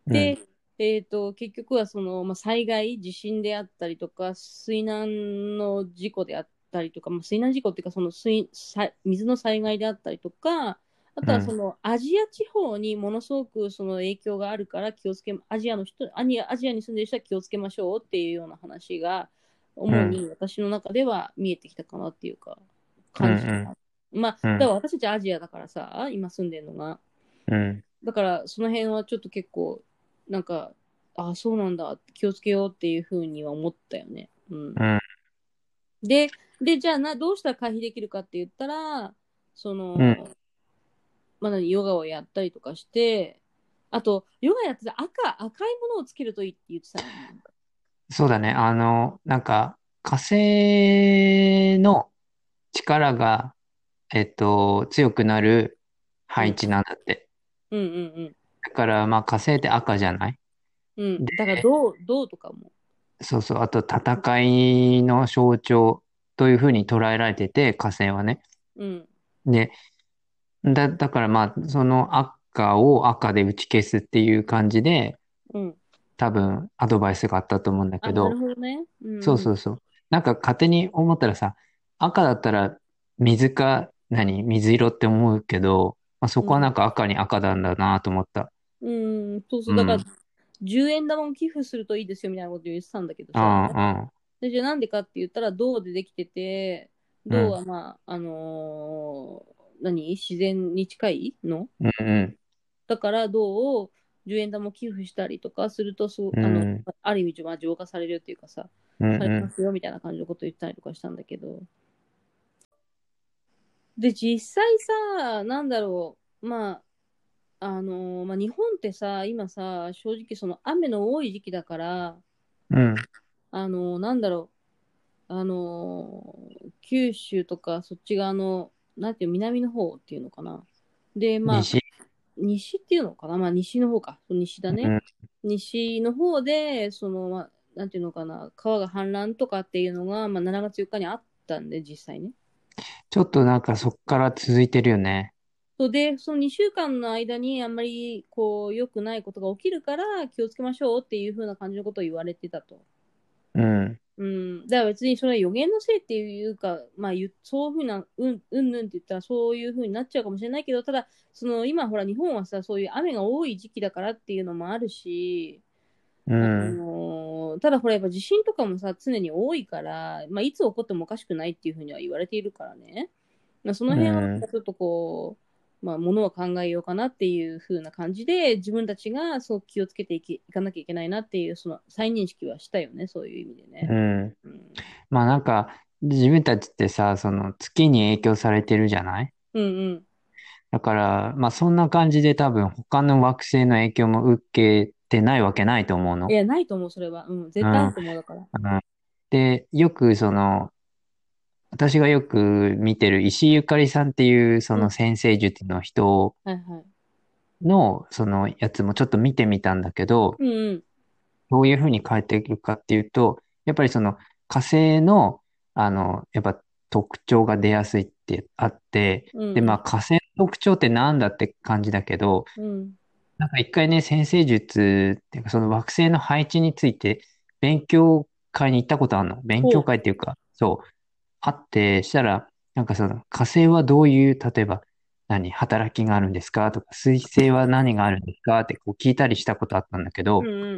Speaker 1: で、えー、と結局はその、まあ、災害、地震であったりとか、水難の事故であったりとか、まあ、水難事故っていうかその水、災水の災害であったりとか、あとはその、アジア地方にものすごくその影響があるから気をつけ、アジアの人アニアジアに住んでる人は気をつけましょうっていうような話が、主に私の中では見えてきたかなっていうか、感じ、
Speaker 2: うんうん
Speaker 1: まあ、
Speaker 2: うん
Speaker 1: だから私たちアジアだからさ、今住んでるのが。
Speaker 2: うん。うん
Speaker 1: だからその辺はちょっと結構なんかああそうなんだ気をつけようっていうふうには思ったよね。うん
Speaker 2: うん
Speaker 1: ででじゃあなどうしたら回避できるかって言ったらその、
Speaker 2: うん
Speaker 1: まあ、何ヨガをやったりとかしてあとヨガやってた赤赤いものをつけるといいって言ってたのなんか
Speaker 2: そうだね。あの、なんか、火星の力が、えっと、強くなる配置なんだって。
Speaker 1: うんうん
Speaker 2: だから、まあ、火星って赤じゃない
Speaker 1: うんうん
Speaker 2: で
Speaker 1: だから銅銅とかも
Speaker 2: そうそう。あと、戦いの象徴というふうに捉えられてて、火星はね。
Speaker 1: うん
Speaker 2: で、だ、だから、まあ、その赤を赤で打ち消すっていう感じで、
Speaker 1: うん
Speaker 2: 多分、アドバイスがあったと思うんだ
Speaker 1: あ
Speaker 2: け
Speaker 1: な
Speaker 2: ど、
Speaker 1: るほどね、うん、
Speaker 2: そうそうそう。なんか勝手に思ったらさ、赤だったら水か、何、水色って思うけど、まあ、そこはなんか赤に赤なんだなと思った。
Speaker 1: うんそうそううんだから、10円玉を寄付するといいですよみたいなこと言ってたんだけど
Speaker 2: う
Speaker 1: さ、
Speaker 2: んうん。
Speaker 1: でじゃあなんでかって言ったら銅でできてて銅はまあ、あのー何自然に近いの
Speaker 2: うんうん。
Speaker 1: だから銅を10円玉を寄付したりとかするとそう、あ
Speaker 2: う
Speaker 1: の
Speaker 2: ん
Speaker 1: ある意味、まあ、浄化されるっていうかさ、
Speaker 2: うん
Speaker 1: されま
Speaker 2: う
Speaker 1: すよみたいな感じのこと言ったりとかしたんだけど。で、実際さ、なんだろう、まあ、あのーまあ、日本ってさ、今さ、正直その雨の多い時期だから、
Speaker 2: ん。うん。
Speaker 1: あのーなんだろう、あのー九州とかそっち側の、なんていう、南の方っていうのかな。で、まあ、
Speaker 2: 西。
Speaker 1: 西っていうのかな、まあ、西の方か、西だね。
Speaker 2: うん
Speaker 1: 西の方で、その、まあ、なんていうのかな、川が氾濫とかっていうのが、まあ、7月4日にあったんで、実際ね。
Speaker 2: ちょっとなんかそっから続いてるよね。
Speaker 1: そうで、その2週間の間にあんまりこう良くないことが起きるから気をつけましょうっていう風な感じのことを言われてたと。
Speaker 2: うん。
Speaker 1: うん、だから別にそれは予言のせいっていうか、まあ、ゆそういうふうな、うん、うんぬんって言ったらそういうふうになっちゃうかもしれないけど、ただ、その今ほら日本はさ、そういう雨が多い時期だからっていうのもあるし、
Speaker 2: う
Speaker 1: あ
Speaker 2: ん。
Speaker 1: のーただほらやっぱ地震とかもさ常に多いから、まあ、いつ起こってもおかしくないっていうふうには言われているからね、まあ、その辺
Speaker 2: う
Speaker 1: は
Speaker 2: ん
Speaker 1: ちょっとこう、まあ、ものは考えようかなっていう風な感じで、自分たちがそう気をつけていきいかなきゃいけないなっていう、その再認識はしたよね、そういう意味で
Speaker 2: う
Speaker 1: ね。
Speaker 2: ん。
Speaker 1: うん、
Speaker 2: まあなんか、自分たちってさ、その月に影響されてるじゃない
Speaker 1: うん、うん。
Speaker 2: だから、まあそんな感じで多分他の惑星の影響も受けてないわけないと思うの
Speaker 1: い。や、ないと思う、それは。うん、絶対あると思うだから。
Speaker 2: うんで、よくその、私がよく見てる石井ゆかりさんっていうその先生術の人
Speaker 1: はいはい。
Speaker 2: のそのやつもちょっと見てみたんだけど、
Speaker 1: うん、うん。
Speaker 2: どういうふうに変えていくかっていうと、やっぱりその火星の、あの、やっぱ特徴が出やすいってあって、
Speaker 1: うん、
Speaker 2: で、まあ火星の特徴ってなんだって感じだけど、
Speaker 1: うん。
Speaker 2: なんか一回ね、先生術っていうか、その惑星の配置について勉強会に行ったことあるの。勉強会っていうか、そう、あって、したら、なんかその火星はどういう、例えば、何、働きがあるんですかとか、水星は何があるんですかってこう聞いたりしたことあったんだけど、
Speaker 1: うん、うん。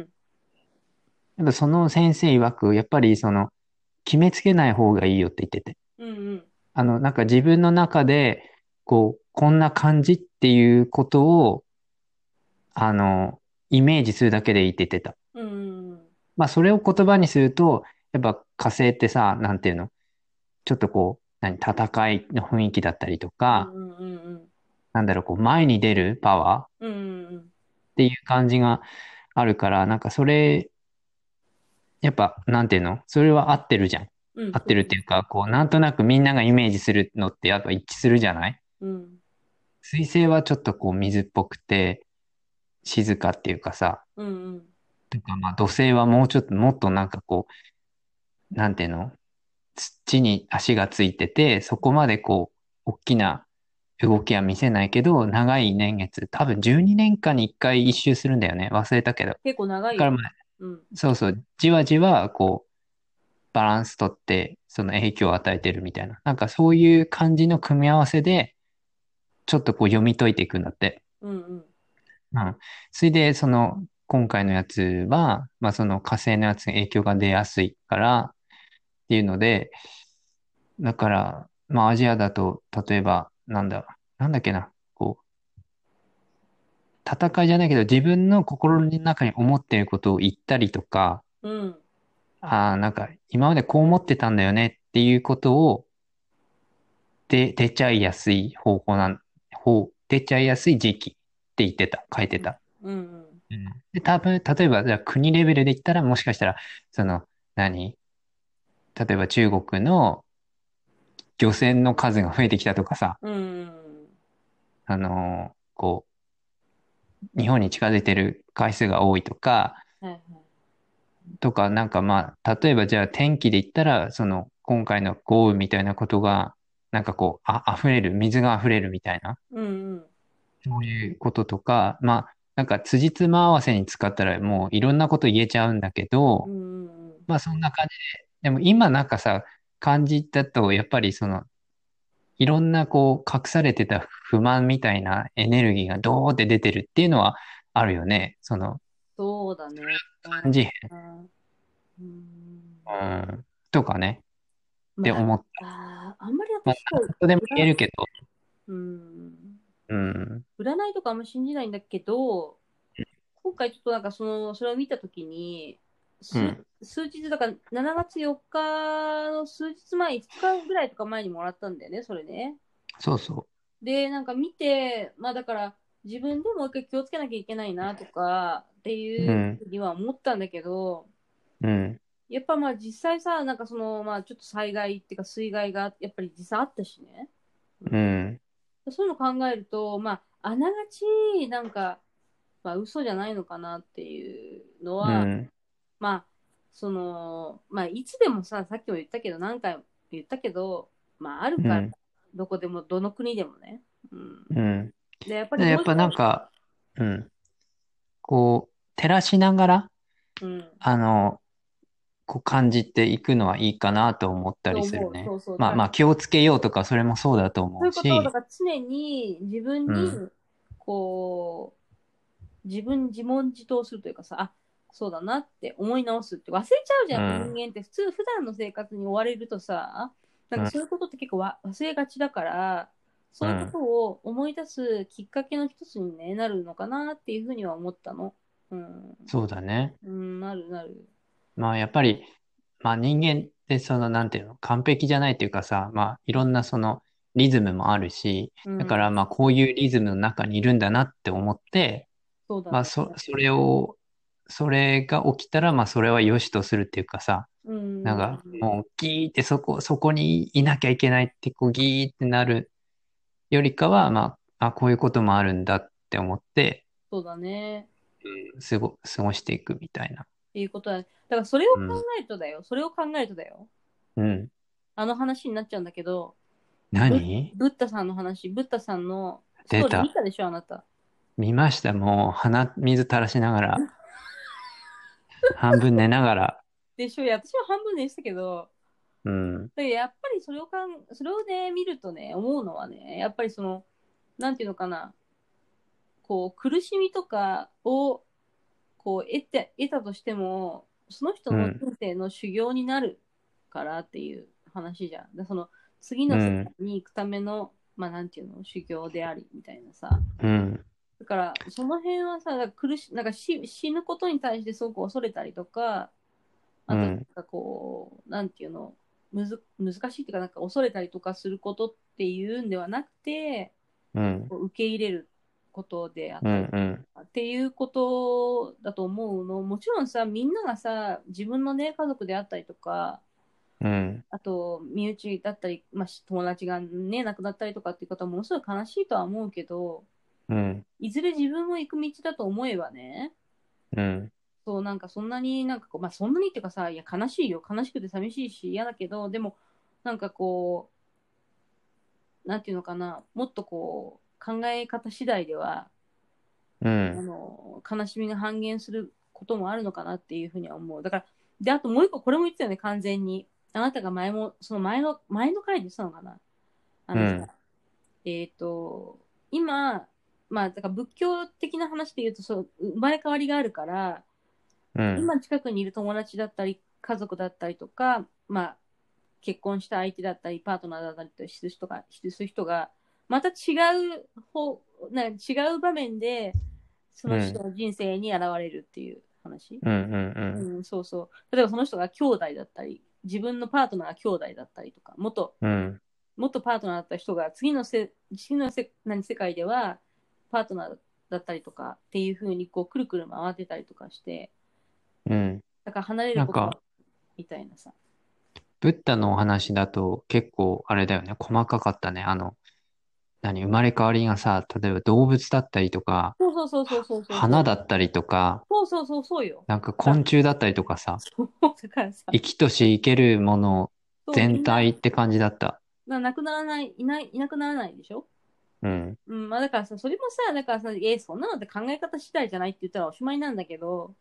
Speaker 2: やっぱその先生曰く、やっぱりその、決めつけない方がいいよって言ってて。
Speaker 1: うん、うん。
Speaker 2: あの、なんか自分の中で、こう、こんな感じっていうことを、あの、イメージするだけでいいって言ってた。
Speaker 1: うん、うん。
Speaker 2: まあ、それを言葉にすると、やっぱ火星ってさ、なんていうのちょっとこう、何、戦いの雰囲気だったりとか、
Speaker 1: うん、うん、うん。
Speaker 2: なんだろう、こう、前に出るパワー
Speaker 1: う
Speaker 2: っ
Speaker 1: ん、うん。
Speaker 2: ていう感じがあるから、なんかそれ、やっぱ、なんていうのそれは合ってるじゃん。
Speaker 1: うん、
Speaker 2: 合ってるっていうか、こう、なんとなくみんながイメージするのって、やっぱ一致するじゃない
Speaker 1: うん、
Speaker 2: 水星はちょっとこう水っぽくて静かっていうかさ、
Speaker 1: うん、うん。
Speaker 2: とかまあ土星はもうちょっともっとなんかこう、なんていうの土に足がついてて、そこまでこう、大きな動きは見せないけど、長い年月、多分12年間に1回一周するんだよね。忘れたけど。
Speaker 1: 結構長
Speaker 2: だ
Speaker 1: い
Speaker 2: から
Speaker 1: よ。
Speaker 2: まあ、
Speaker 1: うん、
Speaker 2: そうそう、じわじわこう、バランスとって、その影響を与えてるみたいな。なんかそういう感じの組み合わせで、ちょっとこう読み解いていくんだって。
Speaker 1: うん、うん。
Speaker 2: うん。それで、その、今回のやつは、まあ、その火星のやつに影響が出やすいから、っていうので、だから、まあ、アジアだと、例えば、なんだ、なんだっけな、こう、戦いじゃないけど、自分の心の中に思っていることを言ったりとか、
Speaker 1: うん、
Speaker 2: ああ、なんか、今までこう思ってたんだよねっていうことを、で、出ちゃいやすい方法なん、方、出ちゃいやすい時期って言ってた、書いてた。
Speaker 1: うん、
Speaker 2: で、多分、例えば、じゃあ国レベルで言ったら、もしかしたら、その、何例えば中国の漁船の数が増えてきたとかさ、
Speaker 1: うん、うん。
Speaker 2: あのーこう、日本に近づいてる回数が多いとか、
Speaker 1: はいはい。
Speaker 2: とか、なんかまあ、例えばじゃあ天気で言ったら、その、今回の豪雨みたいなことが、なんかこう、あ、溢れる、水が溢れるみたいな、
Speaker 1: うん、うん。
Speaker 2: そういうこととか、まあ、なんか辻褄合わせに使ったらもういろんなこと言えちゃうんだけど
Speaker 1: う、んうんうん
Speaker 2: まあそんな感じで、でも今なんかさ、感じだとやっぱりその、いろんなこう隠されてた不満みたいなエネルギーがドーって出てるっていうのはあるよね。その
Speaker 1: そうだね。
Speaker 2: 感じ、
Speaker 1: うん
Speaker 2: うん、とかね、って
Speaker 1: ま
Speaker 2: 思っ
Speaker 1: あ、あんまり
Speaker 2: た。まあ
Speaker 1: 私こ
Speaker 2: 人でも言えるけど、
Speaker 1: う、うん、
Speaker 2: うん、
Speaker 1: 占いとかあんま信じないんだけど、今回ちょっとなんかその、それを見たときに、数
Speaker 2: うん
Speaker 1: 数日、だから7月4日の数日前、5日ぐらいとか前にもらったんだよね、それね。
Speaker 2: そうそ
Speaker 1: で、なんか見て、まあだから、自分でもう一回気をつけなきゃいけないなとかっていうふうには思ったんだけど、
Speaker 2: う、うん、
Speaker 1: やっぱまあ実際さ、なんかその、まあちょっと災害っていうか水害がやっぱり実際あったしね。
Speaker 2: うん、
Speaker 1: そういうの考えると、まああながち、なんか、まあ嘘じゃないのかなっていうの
Speaker 2: う
Speaker 1: は、
Speaker 2: ん、
Speaker 1: まあ、その、まあいつでもさ、さっきも言ったけど、何回も言ったけど、まああるから、
Speaker 2: うん
Speaker 1: どこでも、どの国でもね。うん。
Speaker 2: うん。
Speaker 1: で、やっぱり、
Speaker 2: でやっぱなん、か、うん、こう、照らしながら、
Speaker 1: うん。
Speaker 2: あの、こう感じていくのはいいかなと思ったりするね
Speaker 1: そ。うそう
Speaker 2: まあまあ気をつけようとかそれもそうだと思
Speaker 1: そういううこ
Speaker 2: し、
Speaker 1: とをだから常に自分に
Speaker 2: う
Speaker 1: こう、自分自問自答するというかさあそうだなって思い直すって忘れちゃうじゃん、
Speaker 2: うん
Speaker 1: 人間って普通普段の生活に追われるとさなん
Speaker 2: う
Speaker 1: か
Speaker 2: ん
Speaker 1: そういうことって結構わ忘れがちだからそういうことを思い出すきっかけの一つに、ね、なるのかなっていうふうには思ったの。うん、
Speaker 2: そうだね。
Speaker 1: うん、なるなる。
Speaker 2: まあやっぱり、まあ人間ってそのなんていうの、完璧じゃないっていうかさ、まあいろんなそのリズムもあるし、
Speaker 1: うん、
Speaker 2: だからまあこういうリズムの中にいるんだなって思って、
Speaker 1: そうだね、
Speaker 2: まあそ、それを、それが起きたらまあそれは良しとするっていうかさ、
Speaker 1: うん、
Speaker 2: なんかもうギーってそこ、そこにいなきゃいけないってこうギーってなるよりかは、まあ、あ、こういうこともあるんだって思って、
Speaker 1: そうだね。
Speaker 2: すご、過ごしていくみたいな。
Speaker 1: っていうことだ、ね。だからそれを考えるとだよ。それを考えるとだよ。
Speaker 2: うん。
Speaker 1: あの話になっちゃうんだけど、
Speaker 2: 何
Speaker 1: ブッダさんの話、ブッダさんのストー
Speaker 2: 出
Speaker 1: リー
Speaker 2: た
Speaker 1: 見たでしょ、あなた。
Speaker 2: 見ました。もう鼻水垂らしながら、半分寝ながら。
Speaker 1: でしょ、いや私は半分でしたけど、
Speaker 2: うん。
Speaker 1: だけどやっぱりそれをかんそれをね、見るとね、思うのはね、やっぱりその、なんていうのかな、こう、苦しみとかを、こう、得て、得たとしても、その人の
Speaker 2: うん
Speaker 1: 人生の修行になるからっていう話じゃん。でその、次の世界に行くための、まあ、なんていうの、修行であり、みたいなさ。
Speaker 2: うん。
Speaker 1: だから、その辺はさ、だから苦し、なんか死死ぬことに対してすごく恐れたりとか、あと、
Speaker 2: う
Speaker 1: な
Speaker 2: ん
Speaker 1: んかこう、なんていうの、むず難しいっていうか、なんか恐れたりとかすることっていうんではなくて、
Speaker 2: うん。
Speaker 1: こう受け入れることであっ
Speaker 2: う
Speaker 1: たり
Speaker 2: ん。うん。
Speaker 1: っていうことだと思うの。もちろんさ、みんながさ、自分のね、家族であったりとか、
Speaker 2: うん。
Speaker 1: あと、身内だったり、まあ、友達がね、亡くなったりとかっていうことはものすごい悲しいとは思うけど、
Speaker 2: うん。
Speaker 1: いずれ自分も行く道だと思えばね、
Speaker 2: うん。
Speaker 1: そう、なんかそんなになんかこう、まあそんなにっていうかさ、いや悲しいよ、悲しくて寂しいし嫌だけど、でもなんかこう、なんていうのかな、もっとこう、考え方次第では、
Speaker 2: う
Speaker 1: あ
Speaker 2: ん。
Speaker 1: の、悲しみが半減することもあるのかなっていうふうには思う。だから、で、あともう一個、これも言ってたよね、完全に。あなたが前も、その前の、前の回で言ってたのかな。あの、
Speaker 2: うん
Speaker 1: えっ、と、今、まあ、だから仏教的な話で言うと、そう、生まれ変わりがあるから、
Speaker 2: うん。
Speaker 1: 今近くにいる友達だったり家族だったりとか、まあ、結婚した相手だったりパートナーだったりとする人がする人がまた違う方な違う場面でその人の人生に現れるっていう話、
Speaker 2: うん。うん。
Speaker 1: うんそうそう例えばその人が兄弟だったり自分のパートナーが兄弟だったりとか元
Speaker 2: うん。
Speaker 1: 元パートナーだった人が次のせ次のせ何世界ではパートナーだったりとかっていう風にこうくるくる回ってたりとかして
Speaker 2: うん。
Speaker 1: だから離れること
Speaker 2: なん
Speaker 1: が
Speaker 2: か
Speaker 1: みたいなさ。
Speaker 2: ブッダのお話だと結構あれだよね、細かかったね。あの、何、生まれ変わりがさ、例えば動物だったりとか、
Speaker 1: そうそうそうそうそうそう。
Speaker 2: 花だったりとか、
Speaker 1: そうそうそうそうよ。
Speaker 2: なんか昆虫だったりとかさ、
Speaker 1: そうだからさ。
Speaker 2: 生きとし生けるもの
Speaker 1: そう
Speaker 2: 全体って感じだった。
Speaker 1: ななくならない、いない、いなくならないでしょ
Speaker 2: うん、
Speaker 1: うん、まあだからさ、それもさ、だからさ、えーそんなのって考え方次第じゃないって言ったらおしまいなんだけど、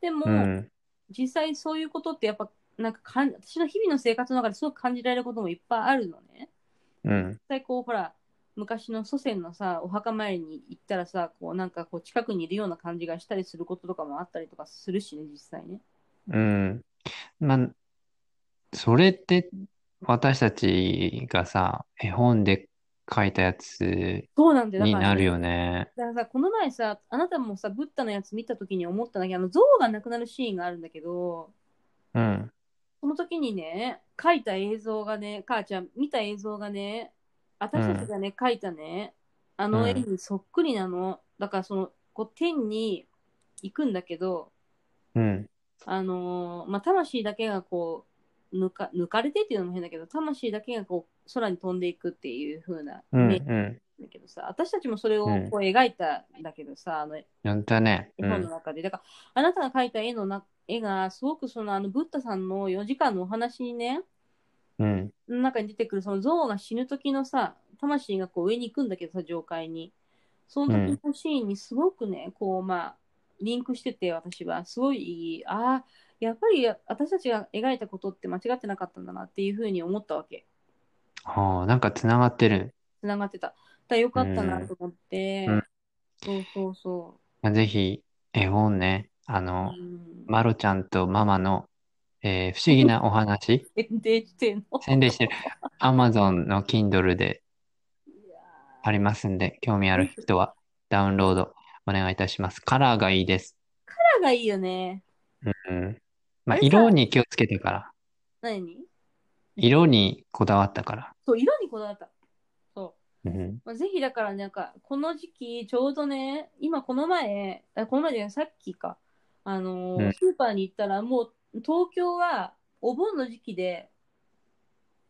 Speaker 1: でも、
Speaker 2: うん、
Speaker 1: 実際そういうことってやっぱ、なんかかん私の日々の生活の中ですごく感じられることもいっぱいあるのね。
Speaker 2: うん、
Speaker 1: 実際こう、ほら、昔の祖先のさ、お墓参りに行ったらさ、こうなんかこう近くにいるような感じがしたりすることとかもあったりとかするしね、実際ね。
Speaker 2: うん。まあ、それって私たちがさ、絵本で書いたやつ
Speaker 1: そうなんだよ。だ
Speaker 2: に
Speaker 1: からね
Speaker 2: なるよね。
Speaker 1: だからさ、この前さ、あなたもさ、ブッダのやつ見たときに思ったんだけど、あの、象がなくなるシーンがあるんだけど、
Speaker 2: うん、
Speaker 1: その時にね、描いた映像がね、母ちゃん、見た映像がね、私たちがね、描いたね、あの絵にそっくりなの。だから、その、こう、天に行くんだけど、
Speaker 2: うん、
Speaker 1: あのーまあ、魂だけがこう、抜か、抜かれてっていうのも変だけど、魂だけがこう、空に飛んでいくっていう風なイ
Speaker 2: うん、
Speaker 1: メージ
Speaker 2: うん。
Speaker 1: だけどさ、私たちもそれを
Speaker 2: うん
Speaker 1: こう描いたんだけどさ、あの、
Speaker 2: やったね。
Speaker 1: 絵
Speaker 2: う
Speaker 1: 本の
Speaker 2: ん、
Speaker 1: 中で。だから、あなたが描いた絵のな絵が、すごくその、あの、ブッダさんの4時間のお話にね、
Speaker 2: うん、
Speaker 1: の中に出てくる、その象が死ぬ時のさ、魂がこう上に行くんだけどさ、上界に。その時のシーンにすごくね、こう、まあ、リンクしてて、私は、すごい、ああ、やっぱり私たちが描いたことって間違ってなかったんだなっていうふうに思ったわけ。
Speaker 2: ああ、なんか繋がってる。
Speaker 1: つながってた。だからよかったなと思って、
Speaker 2: うん
Speaker 1: そうそうそ
Speaker 2: まあぜひ、絵本ね、あ
Speaker 1: う。
Speaker 2: の
Speaker 1: う、ん、
Speaker 2: まろちゃんとママの、えー不思議なお話、
Speaker 1: 宣伝してんの。
Speaker 2: 宣伝してる。Amazon の Kindle で
Speaker 1: いや
Speaker 2: ありますんで、興味ある人はダウンロードお願いいたします。カラーがいいです。
Speaker 1: ラがいいよね。
Speaker 2: うん。まあ、
Speaker 1: あれさ
Speaker 2: 色に気をつけてから。
Speaker 1: 何に
Speaker 2: 色にこだわったから。
Speaker 1: そう、色にこだわった。そう。
Speaker 2: うん。
Speaker 1: まあ、ぜひだからなんかこの時期ちょうどね今この前あこの前じゃないさっきかあのー
Speaker 2: うん
Speaker 1: スーパーに行ったらもう東京はお盆の時期で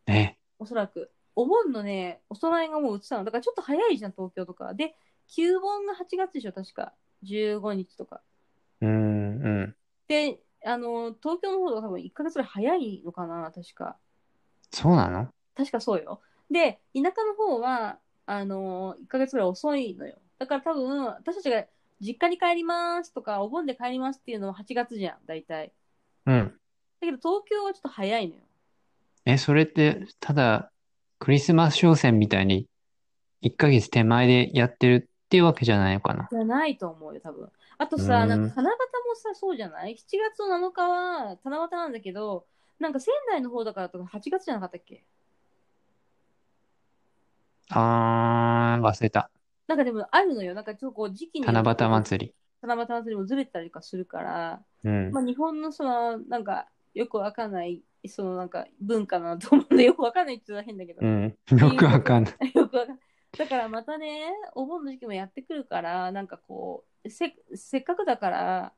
Speaker 2: ね。
Speaker 1: おそらくお盆のねお供えがもう売ってたのだからちょっと早いじゃん東京とかで旧盆が8月でしょ確か15日とか
Speaker 2: うん、うん。
Speaker 1: であのー東京の方が多分1ヶ月ぐらい早いのかな確か
Speaker 2: そうなの
Speaker 1: 確かそうよ。で、田舎の方は、あのー、1ヶ月ぐらい遅いのよ。だから多分、私たちが実家に帰りますとか、お盆で帰りますっていうのは8月じゃん、大体。
Speaker 2: うん。
Speaker 1: だけど東京はちょっと早いのよ。
Speaker 2: え、それって、ただ、クリスマス商戦みたいに、1ヶ月手前でやってるっていうわけじゃないのかな。
Speaker 1: じゃないと思うよ、多分。あと
Speaker 2: う
Speaker 1: さ、
Speaker 2: ん
Speaker 1: なんか七夕もさ、そうじゃない ?7 月の7日は七夕なんだけど、なんか仙台の方だからとか8月じゃなかったっけ
Speaker 2: あー、忘れた。
Speaker 1: なんかでもあるのよ。なんかちょっとこう時期によって
Speaker 2: 七夕祭
Speaker 1: 七夕祭りもずれたりとかするから。
Speaker 2: り。うん
Speaker 1: ま。あ、日本のそのなんかよくわかんないそのなんか文化なと思うんでよくわかんないって言うのは変だけど、
Speaker 2: うん。よくわかんない。
Speaker 1: よくわかんだからまたねお盆の時期もやってくるからなんかこうせせっかくだから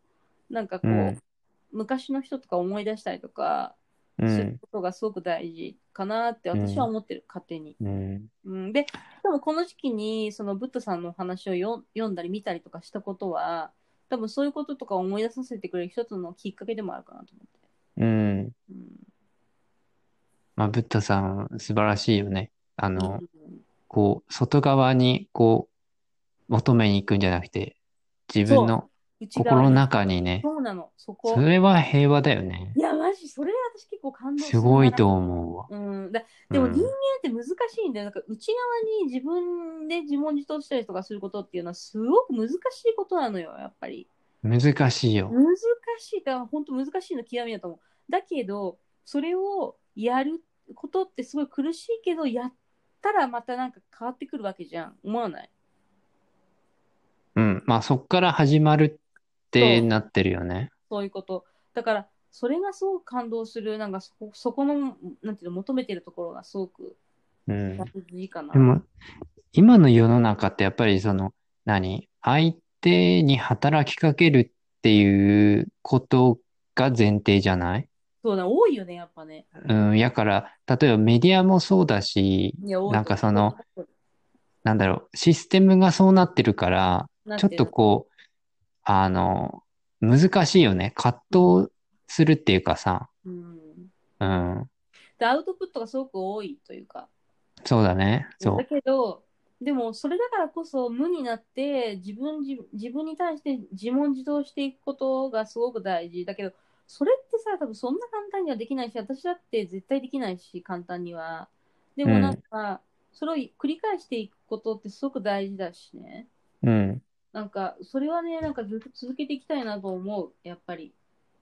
Speaker 1: なんかこう、
Speaker 2: うん
Speaker 1: 昔の人とか思い出したりとか
Speaker 2: う
Speaker 1: す
Speaker 2: ん
Speaker 1: る。ことがすごく大事かなって私は思ってる、勝手に。
Speaker 2: うん。
Speaker 1: うん、で、しかもこの時期に、そのブッダさんのお話をよ読んだり見たりとかしたことは、多分そういうこととか思い出させてくれる一つのきっかけでもあるかなと思って。
Speaker 2: うん。
Speaker 1: うん
Speaker 2: まあ、ブッダさん、素晴らしいよね。あの、
Speaker 1: うん
Speaker 2: こう、外側に、こう、求めに行くんじゃなくて、自分の
Speaker 1: 内側
Speaker 2: 心の
Speaker 1: に
Speaker 2: 中にね、
Speaker 1: そうなの、そこ
Speaker 2: そ。れは平和だよね
Speaker 1: い。や、マジ、それ私結構感動
Speaker 2: すごいと
Speaker 1: 思
Speaker 2: 思うわ。
Speaker 1: うん、だでも
Speaker 2: うん
Speaker 1: 人間って難しいんだよ、なんか内側に自分で自問自答したりとかすることっていうのはすごく難しいことなのよやっぱり
Speaker 2: 難しいよ。
Speaker 1: 難しいだから本当難しいの極みだと思うだけどそれをやることってすごい苦しいけどやったらまたなんか変わってくるわけじゃん思わない
Speaker 2: うん。まあ、そっから始まるって
Speaker 1: そう
Speaker 2: なってるよね。
Speaker 1: そういうことだからそれがすごく感動するなんかそこそこのなんていうの求めてるところがすごく
Speaker 2: うん。
Speaker 1: 大事かな、
Speaker 2: でも、今の世の中ってやっぱりその、何相手に働きかけるっていうことが前提じゃない
Speaker 1: そうだ多いよねやっぱね
Speaker 2: うん。やから、例えばメディアもそうだし、
Speaker 1: いや多いと思う
Speaker 2: なんかその、なんだろう、システムがそうなってるから、
Speaker 1: なん
Speaker 2: ちょって
Speaker 1: いう
Speaker 2: と
Speaker 1: の
Speaker 2: こう、あの、難しいよね。葛藤するっていうかさ、
Speaker 1: うん、
Speaker 2: うん。
Speaker 1: でアウトプットがすごく多いというか
Speaker 2: そうだね。そ
Speaker 1: だけどでもそれだからこそ無になって自分自自分に対して自問自答していくことがすごく大事だけどそれってさ多分そんな簡単にはできないし私だって絶対できないし簡単にはでもなんか、それを繰り返していくことってすごく大事だしね
Speaker 2: う。うん。
Speaker 1: なんかそれはねなんかずっと続けていきたいなと思うやっぱり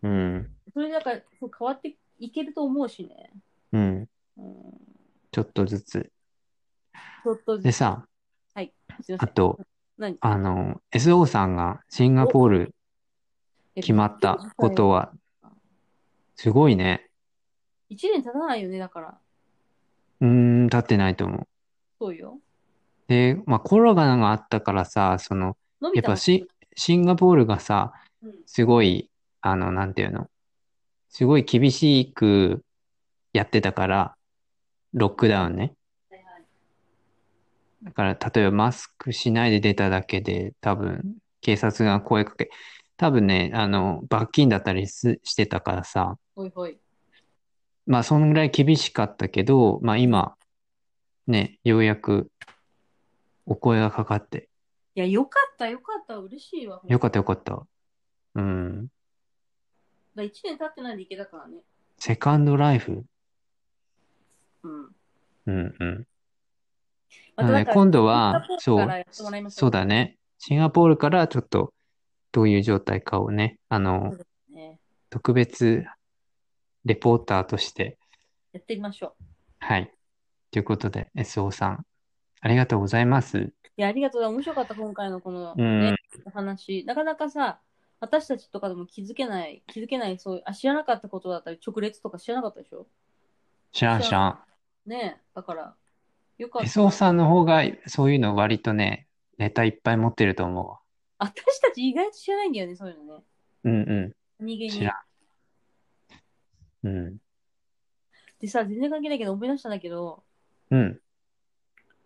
Speaker 2: うん。
Speaker 1: それだからそう変わっていけると思うしね、
Speaker 2: うん。
Speaker 1: うん、
Speaker 2: ちょっとずつ。
Speaker 1: ちょっとず
Speaker 2: で
Speaker 1: つ
Speaker 2: さ、
Speaker 1: すいませ
Speaker 2: あ
Speaker 1: ん
Speaker 2: と、
Speaker 1: 何
Speaker 2: あの、SO さんがシンガポール決まったことは、すごいね。
Speaker 1: 一年経たないよね、だから。
Speaker 2: うーん、立ってないと思う。
Speaker 1: そうよ。
Speaker 2: で、まあコロナがあったからさ、その、
Speaker 1: 伸
Speaker 2: や
Speaker 1: び
Speaker 2: った
Speaker 1: の
Speaker 2: ぱシ、シンガポールがさ、
Speaker 1: うん
Speaker 2: すごい、あの、なんていうの、すごい厳しくやってたから、ロックダウンね。
Speaker 1: はいはい
Speaker 2: だから、例えばマスクしないで出ただけで、多分、警察が声かけ、多分ね、あの、罰金だったりすしてたからさ、
Speaker 1: ほいほい。
Speaker 2: まあ、そのぐらい厳しかったけど、まあ今、ね、ようやく、お声がかかって、
Speaker 1: いや、よかった、よかった、嬉しいわ。
Speaker 2: よかったよかった。うん。
Speaker 1: だ1年経ってないでいけたからね。
Speaker 2: セカンドライフ
Speaker 1: うん。
Speaker 2: うんうん。
Speaker 1: また
Speaker 2: なの
Speaker 1: な
Speaker 2: で
Speaker 1: んか
Speaker 2: 今度は、
Speaker 1: シン
Speaker 2: そ
Speaker 1: ガポールからやっ
Speaker 2: う
Speaker 1: てもらいま、しょ
Speaker 2: そうだね。シンガポールからちょっと、どういう状態かをね、あ
Speaker 1: そ
Speaker 2: の
Speaker 1: う、ね。
Speaker 2: 特別レポーターとして、
Speaker 1: やってみましょう。
Speaker 2: はい。ということで、SO さん、ありがとうございます。
Speaker 1: いや、ありがとう。面白かった、今回のこの、
Speaker 2: う
Speaker 1: ね
Speaker 2: ん、
Speaker 1: お話。なかなかさ、私たちとかでも気づけない、気づけない、そうあ、知らなかったことだったり、直列とか知らなかったでしょ
Speaker 2: 知らん知らん。
Speaker 1: ねえ、だから、よかっ
Speaker 2: エ
Speaker 1: た。
Speaker 2: ソさんの方がそういうの割とね、ネタいっぱい持ってると思うわ。
Speaker 1: 私たち意外と知らないんだよね、そういうのね。
Speaker 2: うんう
Speaker 1: 人
Speaker 2: ん。
Speaker 1: 間
Speaker 2: 知
Speaker 1: に
Speaker 2: ら。ん。うん。
Speaker 1: でさ、全然関係ないけど、思い出したんだけど、
Speaker 2: うん。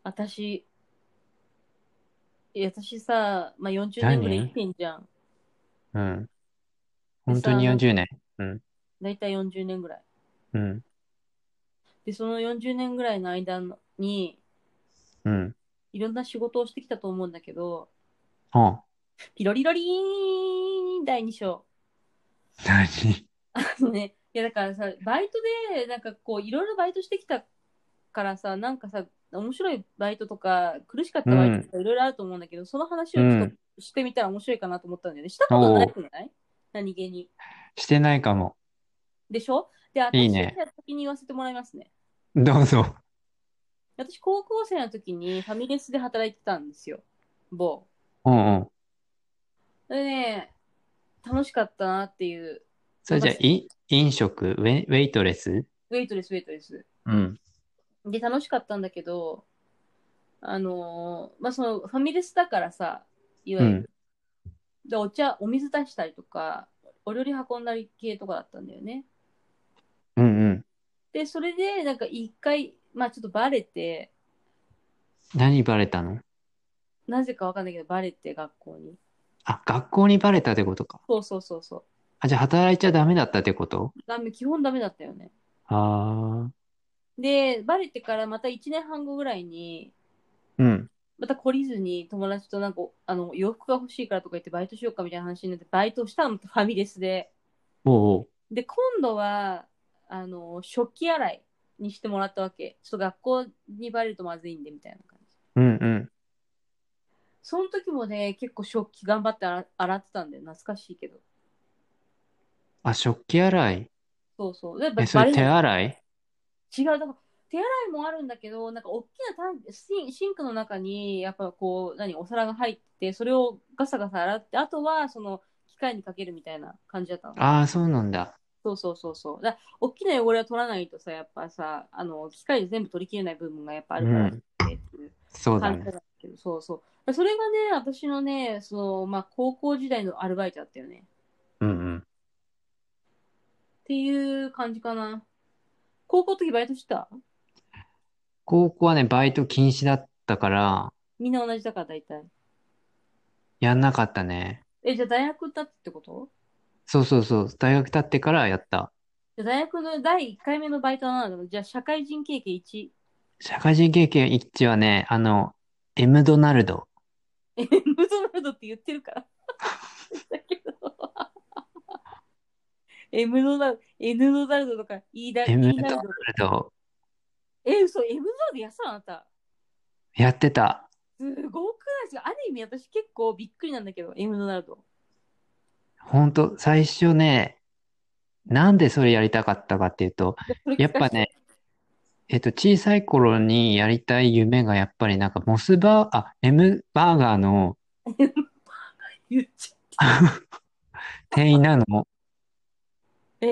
Speaker 1: 私、いや私さ、まあ、40年ぐらい生きてんじゃん。
Speaker 2: うん。本当に40年。うん。
Speaker 1: だいたい40年ぐらい。
Speaker 2: うん。
Speaker 1: で、その40年ぐらいの間に、
Speaker 2: うん。
Speaker 1: いろんな仕事をしてきたと思うんだけど、
Speaker 2: は
Speaker 1: ピロリロリーン第2章。
Speaker 2: あ。何
Speaker 1: あのね、いやだからさ、バイトで、なんかこう、いろいろバイトしてきたからさ、なんかさ、面白いバイトとか、苦しかったバイトとかいろいろあると思うんだけど、その話をちょっとしてみたら面白いかなと思ったんだよね。したことないくない何気に。
Speaker 2: してないかも。
Speaker 1: でしょで、
Speaker 2: い
Speaker 1: 私
Speaker 2: いね
Speaker 1: が先に言わせてもらいますね。
Speaker 2: どうぞ。
Speaker 1: 私、高校生の時にファミレスで働いてたんですよ。某。
Speaker 2: うんうん。
Speaker 1: でね、楽しかったなっていう、
Speaker 2: それじゃあ、い飲食、ウェイウェイトレス
Speaker 1: ウェイトレス、ウェイトレス。
Speaker 2: うん。
Speaker 1: で、楽しかったんだけど、あのーまあ、そのファミレスだからさ、いわ
Speaker 2: う
Speaker 1: ゆ
Speaker 2: ん
Speaker 1: る、。でお茶、お水出したりとか、お料理運んだり系とかだったんだよね。
Speaker 2: うんうん。
Speaker 1: で、それで、なんか一回、まあちょっとバレて、
Speaker 2: 何バレたの
Speaker 1: なぜかわかんないけど、バレて学校に。
Speaker 2: あ、学校にバレたってことか。
Speaker 1: そうそうそうそ
Speaker 2: あ、じゃあ働いちゃダメだったってこと
Speaker 1: う。ダメ、基本ダメだったよね。
Speaker 2: ああ。
Speaker 1: で、バレてからまた1年半後ぐらいに、
Speaker 2: うん。
Speaker 1: また懲りずに友達となんか、あの、洋服が欲しいからとか言ってバイトしようかみたいな話になって、バイトしたの、ファミレスで。
Speaker 2: おうおう。
Speaker 1: で、今度は、あの、食器洗いにしてもらったわけ。ちょっと学校にバレるとまずいんで、みたいな感じ。
Speaker 2: うんうん。
Speaker 1: その時もね、結構食器頑張って洗洗ってたんだよ。懐かしいけど。
Speaker 2: あ、食器洗い。
Speaker 1: そうそう。で、ば
Speaker 2: え、それ
Speaker 1: バレ
Speaker 2: 手
Speaker 1: ない
Speaker 2: 洗い
Speaker 1: 違う。だから手洗いもあるんだけど、なんか大きなタンシンシンクの中に、やっぱこう、何、お皿が入って、それをガサガサ洗って、あとは、その、機械にかけるみたいな感じだったの。
Speaker 2: ああ、そうなんだ。
Speaker 1: そうそうそうそう。だ大きな汚れは取らないとさ、やっぱさ、あの、機械で全部取り切れない部分がやっぱあるからっていう
Speaker 2: そうだ
Speaker 1: 感じ
Speaker 2: ね。
Speaker 1: だけど、そうそう。それがね、私のね、その、まあ、高校時代のアルバイトだったよね。
Speaker 2: うんうん。
Speaker 1: っていう感じかな。高校の時バイトしてた
Speaker 2: 高校はね、バイト禁止だったから、
Speaker 1: みんな同じだから大体。
Speaker 2: やんなかったね。
Speaker 1: え、じゃあ大学だってこと
Speaker 2: そうそうそう。大学経ってからやった。
Speaker 1: じゃあ大学の第1回目のバイトは何なのじゃあ社会人経験1。
Speaker 2: 社会人経験1はね、あの、エムドナルド。
Speaker 1: え、ムドナルドって言ってるから。だけど。エムドナルド、エヌドナルドとか言いだ、
Speaker 2: エ
Speaker 1: 言
Speaker 2: ム
Speaker 1: い
Speaker 2: ド
Speaker 1: な
Speaker 2: ナ
Speaker 1: る
Speaker 2: ル
Speaker 1: と。
Speaker 2: ド、
Speaker 1: え、嘘、エムドナルドやってたのあなた。
Speaker 2: やってた。
Speaker 1: すごくないですかある意味私結構びっくりなんだけど、エムドナルド。
Speaker 2: ほんと、最初ね、なんでそれやりたかったかっていうと、
Speaker 1: それ聞
Speaker 2: やっ
Speaker 1: か
Speaker 2: ぱ
Speaker 1: せて
Speaker 2: ね、、 えっと、小さい頃にやりたい夢がやっぱりなんか、モスバー、あ、エムバーガーの
Speaker 1: 言っちゃ
Speaker 2: 店員なの。
Speaker 1: え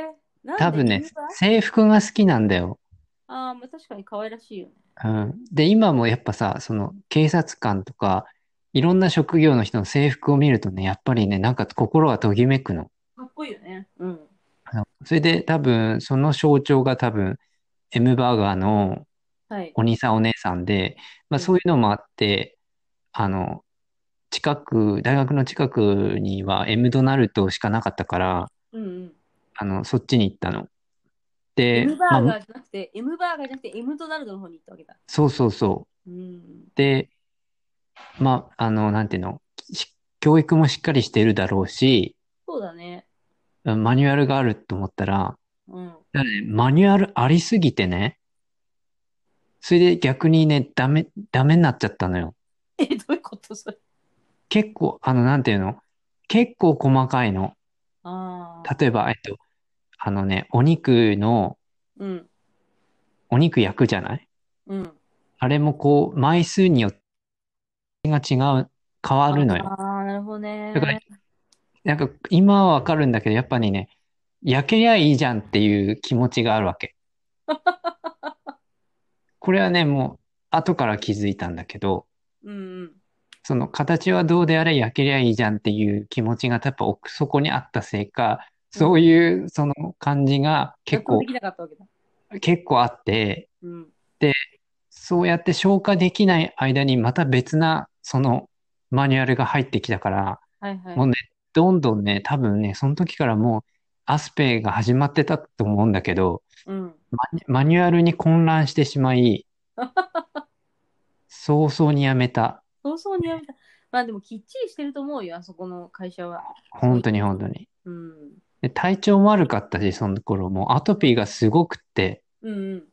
Speaker 1: えー、なんで
Speaker 2: 多分ね
Speaker 1: 理由は、
Speaker 2: 制服が好きなんだよ。
Speaker 1: ああ、まあ確かに可愛らしいよね。
Speaker 2: うん。で、今もやっぱさ、その警察官とか、いろんな職業の人の制服を見るとね、やっぱりね、なんか心がときめくの。
Speaker 1: かっこいいよね。うん。
Speaker 2: あのそれで多分、その象徴が多分、エムバーガーの
Speaker 1: はい。
Speaker 2: お兄さんお姉さんで、まあそういうのもあって、あの、近く、大学の近くにはエムドナルドしかなかったから、
Speaker 1: うんうん。
Speaker 2: あの、そっちに行ったの。
Speaker 1: エ
Speaker 2: で、
Speaker 1: ムバー
Speaker 2: ま
Speaker 1: ガ
Speaker 2: あ、
Speaker 1: ーじゃなくて、エムバーガーじゃなくて、エムドナルドの方に行ったわけだ。
Speaker 2: そうそうそう。
Speaker 1: うん。
Speaker 2: で、まあ、あの、なんていうの、し教育もしっかりしてるだろうし、
Speaker 1: そうだね。
Speaker 2: うんマニュアルがあると思ったら、
Speaker 1: うん。
Speaker 2: だからねマニュアルありすぎてね、それで逆にね、ダメ、ダメになっちゃったのよ。
Speaker 1: え、どういうことそれ。
Speaker 2: 結構、あの、なんていうの、結構細かいの。
Speaker 1: ああ。
Speaker 2: 例えば、えっと、あのね、お肉の、
Speaker 1: うん。
Speaker 2: お肉焼くじゃない
Speaker 1: うん。
Speaker 2: あれもこう、枚数によってが違う、変わるのよ。
Speaker 1: ああ、なるほどね
Speaker 2: だ。からなんか今はわかるんだけど、やっぱりね、焼けりゃいいじゃんっていう気持ちがあるわけ。これはね、もう後から気づいたんだけど、
Speaker 1: うんうん。
Speaker 2: その形はどうであれ焼けりゃいいじゃんっていう気持ちがやっぱ奥底にあったせいか、そういうその感じが
Speaker 1: 納
Speaker 2: 結
Speaker 1: 得
Speaker 2: 構
Speaker 1: で、きなかったわけだ。
Speaker 2: 結構あって、
Speaker 1: うん。
Speaker 2: そうやって消化できない間にまた別なそのマニュアルが入ってきたから、
Speaker 1: はいはい。
Speaker 2: もうね、どんどんね、多分ね、その時からもうアスペが始まってたと思うんだけど、
Speaker 1: うん。
Speaker 2: マニュアルに混乱してしまい、早々にやめた。
Speaker 1: 早々にやめた。まあでもきっちりしてると思うよ、あそこの会社は。
Speaker 2: 本当に本当に。
Speaker 1: うん。
Speaker 2: で、体調も悪かったし、その頃もうアトピーがすごくって、
Speaker 1: うんうん。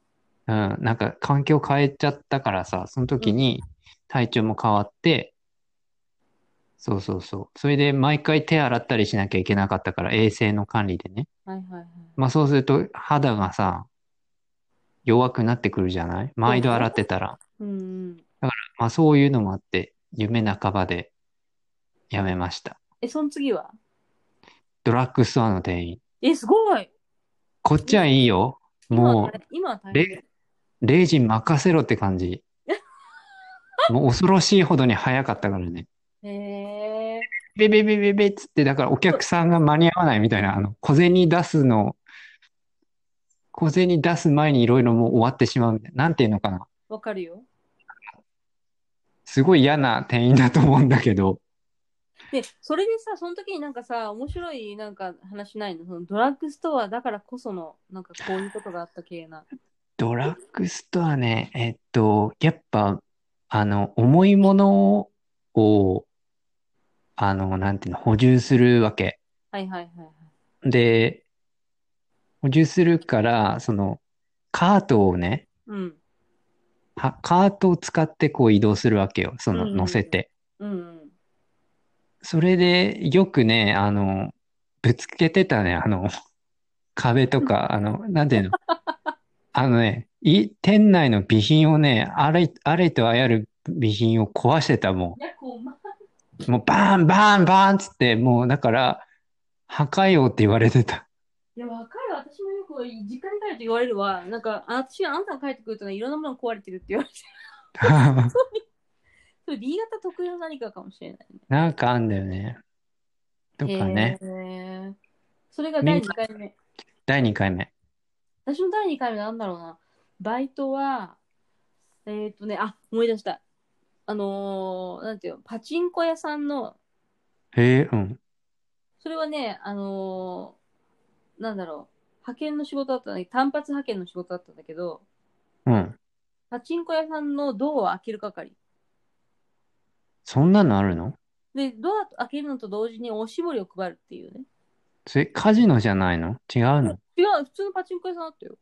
Speaker 2: うん、なんか環境変えちゃったからさ、その時に体調も変わって、そうそうそう。それで毎回手洗ったりしなきゃいけなかったから、衛生の管理でね。
Speaker 1: はいはいはい。
Speaker 2: まあそうすると肌がさ、弱くなってくるじゃない毎度洗ってたら。
Speaker 1: うんうん。
Speaker 2: まあそういうのもあって、夢半ばでやめました。
Speaker 1: え、その次は
Speaker 2: ドラッグストアの店員。
Speaker 1: え、すごい
Speaker 2: こっちはいいよ。
Speaker 1: 今は
Speaker 2: もう
Speaker 1: 大、今は大変
Speaker 2: レ、レイジ任せろって感じ。もう恐ろしいほどに早かったからね。
Speaker 1: へえ。
Speaker 2: ベベベベベっつって、だからお客さんが間に合わないみたいな、あの、小銭出すの、小銭出す前にいろいろもう終わってしまうみたいな。なんていうのかな。
Speaker 1: わかるよ。
Speaker 2: すごい嫌な店員だと思うんだけど。
Speaker 1: で、それでさ、その時になんかさ、面白いなんか話ないのそのドラッグストアだからこその、なんかこういうことがあった系 な。
Speaker 2: ドラッグストアね、えっと、やっぱ、あの、重いものを、あの、なんていうの、補充するわけ。
Speaker 1: はいはいはいはい。
Speaker 2: で、補充するから、その、カートをね、
Speaker 1: うん。
Speaker 2: は、カートを使ってこう移動するわけよ。その、
Speaker 1: うんうん
Speaker 2: 乗せて。
Speaker 1: うんうん。
Speaker 2: それで、よくね、あの、ぶつけてたね、あの、壁とか、あの、なんていうの。あのね、い、店内の備品をね、あれ、あれとあらゆる備品を壊してたも
Speaker 1: いや、こう、ま、
Speaker 2: ん。もう、バーン、バーン、バーンっつって、もう、だから、破壊王って言われてた。
Speaker 1: いや、わかる。私もよく、実家に帰ると言われるわ。なんか、あ私、あなたが帰ってくるとね、いろんなもの壊れてるって言わ れて。それ B 型特有の何かかもしれないね。
Speaker 2: なんかあんだよね。とかね。
Speaker 1: へー。それが第2回目。
Speaker 2: 第2回目。
Speaker 1: 私の第2回目なんだろうな。バイトは、えーっ、とね、あ、思い出した。あのー、なんていうの、パチンコ屋さんの、
Speaker 2: へえ、うん。
Speaker 1: それはね、あのー、なんだろう、派遣の仕事だったんだけど、単発派遣の仕事だったんだけど、
Speaker 2: うん。
Speaker 1: パチンコ屋さんのドアを開ける係。
Speaker 2: そんなのあるの
Speaker 1: で、ドア開けるのと同時におしぼりを配るっていうね。
Speaker 2: それ、カジノじゃないの違うの
Speaker 1: 違う、普通のパチンコ屋さんだったよ。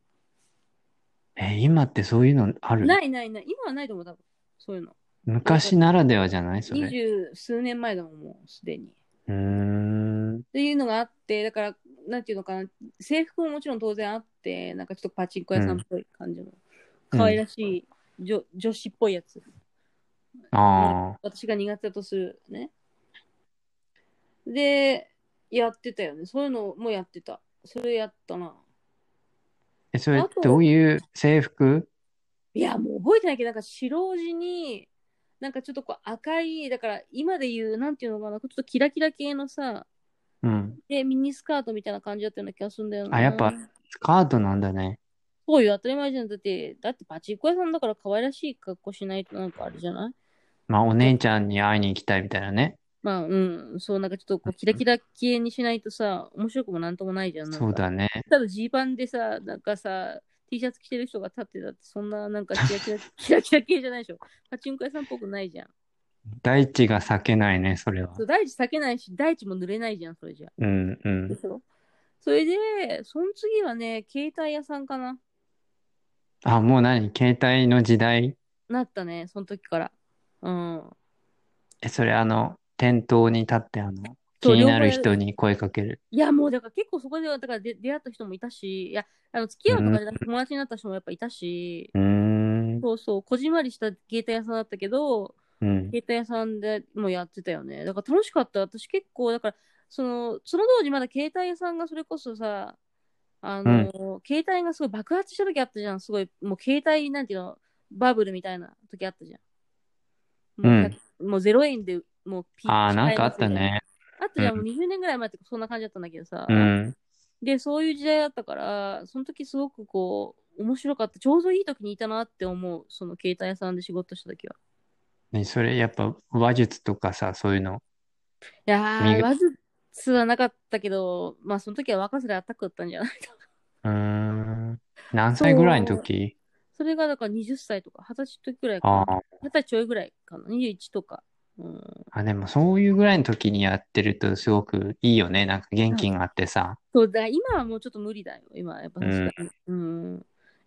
Speaker 2: え、今ってそういうのある
Speaker 1: ないないない、今はないと思う、多分そういうの。
Speaker 2: 昔ならではじゃないそ
Speaker 1: 二
Speaker 2: れ。
Speaker 1: 十数年前だもん、もうすでに。
Speaker 2: うーん。
Speaker 1: っていうのがあって、だから、なんていうのかな、制服ももちろん当然あって、なんかちょっとパチンコ屋さんっぽい感じの、
Speaker 2: うん
Speaker 1: 可愛らしい、女女子っぽいやつ。
Speaker 2: ああ。
Speaker 1: 私が苦手だとするね。で、やってたよね。そういうのもやってた。それやったな。
Speaker 2: え、それ、どういう制服
Speaker 1: いや、もう覚えてないけど、なんか白地に、なんかちょっとこう赤い、だから今で言う、なんていうのかな、ちょっとキラキラ系のさ、
Speaker 2: うん。
Speaker 1: で、ミニスカートみたいな感じだったような気がするんだよな。
Speaker 2: あやっぱスカートなんだね。
Speaker 1: そうよ、当たり前じゃん。だって、だってパチンコ屋さんだから可愛らしい格好しないとなんかあれじゃない
Speaker 2: まあ、お姉ちゃんに会いに行きたいみたいなね。
Speaker 1: まあ、うん、そう、なんかちょっとこうキラキラ系にしないとさ、面白くもなんともないじゃん。なんか
Speaker 2: そうだね。
Speaker 1: ただジーパンでさ、なんかさ、T シャツ着てる人が立ってたって、そんななんかキラキラ キラキラ系じゃないでしょ。パチンコ屋さんっぽくないじゃん。
Speaker 2: 大地が避けないね、それは
Speaker 1: そう。大地避けないし、大地も濡れないじゃん、それじゃ。
Speaker 2: うん、うん
Speaker 1: で。しょそれで、その次はね、携帯屋さんかな。
Speaker 2: あ、もう何携帯の時代
Speaker 1: なったね、その時から。うん。
Speaker 2: え、それ、あの、店頭に立って、あの、気
Speaker 1: そう
Speaker 2: になる
Speaker 1: 両方
Speaker 2: 人に声かける。
Speaker 1: いや、もうだから結構そこで、だからで出会った人もいたし、いや、あの付き合うとかで友達になった人もやっぱいたし、
Speaker 2: うーん。
Speaker 1: そうそう、こじんまりした芸タ屋さんだったけど、
Speaker 2: うん。
Speaker 1: 携帯屋さんでもやってたよね。だから楽しかった。私結構、だから、その、その当時まだ携帯屋さんがそれこそさ、あの、携帯がすごい爆発した時あったじゃん。すごい、もう携帯、なんていうの、バブルみたいな時あったじゃん。もう、もう0円で、もうピ
Speaker 2: ああ、なんかあった。ね。
Speaker 1: あったじゃん、
Speaker 2: うん
Speaker 1: もう20年ぐらい前ってそんな感じだったんだけどさ。
Speaker 2: うん。
Speaker 1: で、そういう時代だったから、その時すごくこう、面白かった。ちょうどいい時にいたなって思う。その携帯屋さんで仕事した時は。
Speaker 2: ね、それやっぱ話術とかさ、そういうの。
Speaker 1: いや
Speaker 2: 右
Speaker 1: ー、わずつはなかったけど、まあその時は若さであったかったんじゃない
Speaker 2: うーん。何歳ぐらいの時
Speaker 1: それがだから20歳とか、20歳の時ぐらいか
Speaker 2: あ
Speaker 1: な。
Speaker 2: ー
Speaker 1: 20歳ちょいぐらいかな。21とか。うん、
Speaker 2: あ、でもそういうぐらいの時にやってるとすごくいいよね。なんか元気があってさ。
Speaker 1: そうだ、今はもうちょっと無理だよ。今はやっぱ確かに。うん。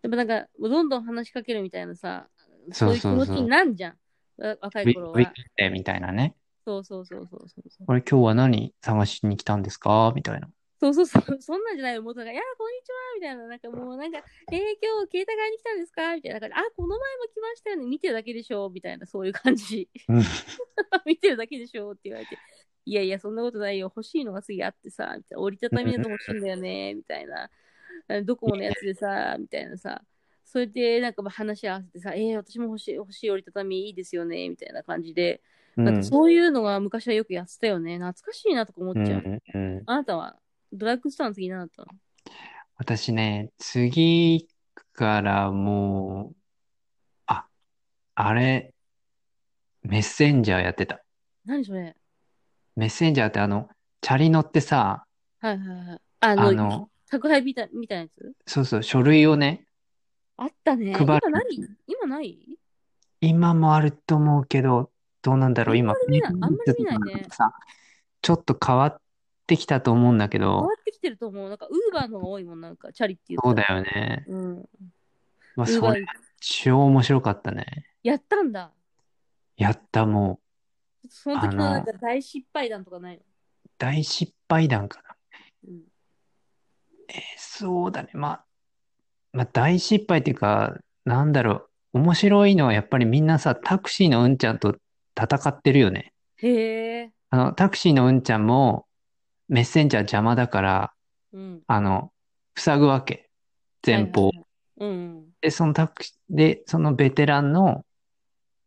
Speaker 1: やっぱなんか、どんどん話しかけるみたいなさ、そういう気
Speaker 2: そうそ
Speaker 1: 持
Speaker 2: う
Speaker 1: ち
Speaker 2: そう
Speaker 1: になんじゃん。わ若
Speaker 2: ウィ
Speaker 1: い頃
Speaker 2: ウィー
Speaker 1: は
Speaker 2: ク。デーみたいなね。
Speaker 1: そうそうそうそうそうそう。
Speaker 2: これ今日は何探しに来たんですかみたいな。
Speaker 1: そうそうそう、そんなんじゃないよ。もうなんか、いや、こんにちはみたいな、なんかもう、なんか、えー、今日、携帯買いに来たんですかみたいな、なんか、あ、この前も来ましたよね。見てるだけでしょみたいな、そういう感じ
Speaker 2: うん。
Speaker 1: 見てるだけでしょって言われて、いやいや、そんなことないよ。欲しいのが次あってさ、みたいな折りたたみだと欲しいんだよね。みたいな。ドコモのやつでさ、みたいなさ。それで、なんかまあ話し合わせてさ、えー、私も欲しい、欲しい折りたたみいいですよね。みたいな感じで、
Speaker 2: う
Speaker 1: なん
Speaker 2: ん
Speaker 1: かそういうのが昔はよくやってたよね。懐かしいなとか思っ
Speaker 2: う
Speaker 1: ちゃう。
Speaker 2: んうん。
Speaker 1: あなたはドラッグストアの次何だったの
Speaker 2: 私ね、次からもう、あ、あれ、メッセンジャーやってた。
Speaker 1: 何それ
Speaker 2: メッセンジャーってあの、チャリ乗ってさ、
Speaker 1: はいはいはい。あの、
Speaker 2: あの、
Speaker 1: 宅配みたいみたいなやつ
Speaker 2: そうそう、書類をね、
Speaker 1: あったね。
Speaker 2: 配る
Speaker 1: 今ない今ない
Speaker 2: 今もあると思うけど、どうなんだろう、今、
Speaker 1: あんまり見ないあんまり見ないね
Speaker 2: さ、ちょっと変わってきたと思うんだけ
Speaker 1: 変わ
Speaker 2: ど、
Speaker 1: ってきてると思う。なんか、ウーバーの方が多いもん、なんか、チャリっていう
Speaker 2: そうだよね。
Speaker 1: うん。ウ
Speaker 2: まあ、
Speaker 1: ー
Speaker 2: そ
Speaker 1: バー
Speaker 2: れ、超面白かったね。
Speaker 1: やったんだ。
Speaker 2: やった、も
Speaker 1: その時の
Speaker 2: あの
Speaker 1: なんか大失敗談とかないの
Speaker 2: う、大失敗談かな。
Speaker 1: うん。
Speaker 2: そうだね。まあ、まあ、大失敗っていうか、なんだろう。面白いのはやっぱりみんなさ、タクシーのうんちゃんと戦ってるよね。
Speaker 1: へえ。
Speaker 2: あの、タクシーのうんちゃんも、メッセンジャー邪魔だから、
Speaker 1: うん。
Speaker 2: あの、塞ぐわけ。前方。
Speaker 1: はいはいはい。うん。
Speaker 2: で、そのタクシー、で、そのベテランの、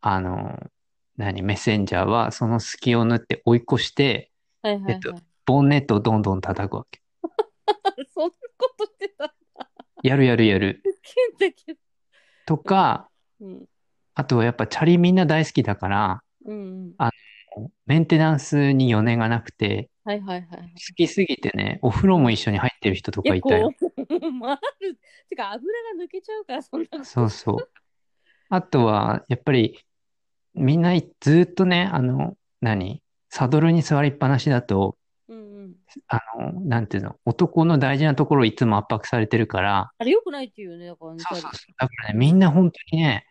Speaker 2: あの、何、メッセンジャーは、その隙を縫って追い越して、
Speaker 1: はいはいは
Speaker 2: え っ
Speaker 1: い
Speaker 2: と。ボンネットをどんどん叩くわけ。
Speaker 1: そんなことしてた。
Speaker 2: やるやるやる。
Speaker 1: 変だけど。
Speaker 2: とか、
Speaker 1: うん。
Speaker 2: あとはやっぱチャリみんな大好きだから、
Speaker 1: うんうん。
Speaker 2: メンテナンスに余念がなくて、
Speaker 1: はいはいはいはい。
Speaker 2: 好きすぎてね、お風呂も一緒に入ってる人とかいたよ。
Speaker 1: 結構、もう 回る。てか、油が抜けちゃうから、そんなこと。
Speaker 2: そうそう。あとは、やっぱり、みんなずっとね、あの、何サドルに座りっぱなしだと、
Speaker 1: うんうん。
Speaker 2: あの、なんていうの、男の大事なところをいつも圧迫されてるから、
Speaker 1: あれ良くないっていうよね、だからね。
Speaker 2: そうそうそう。だからね、みんな本当にね、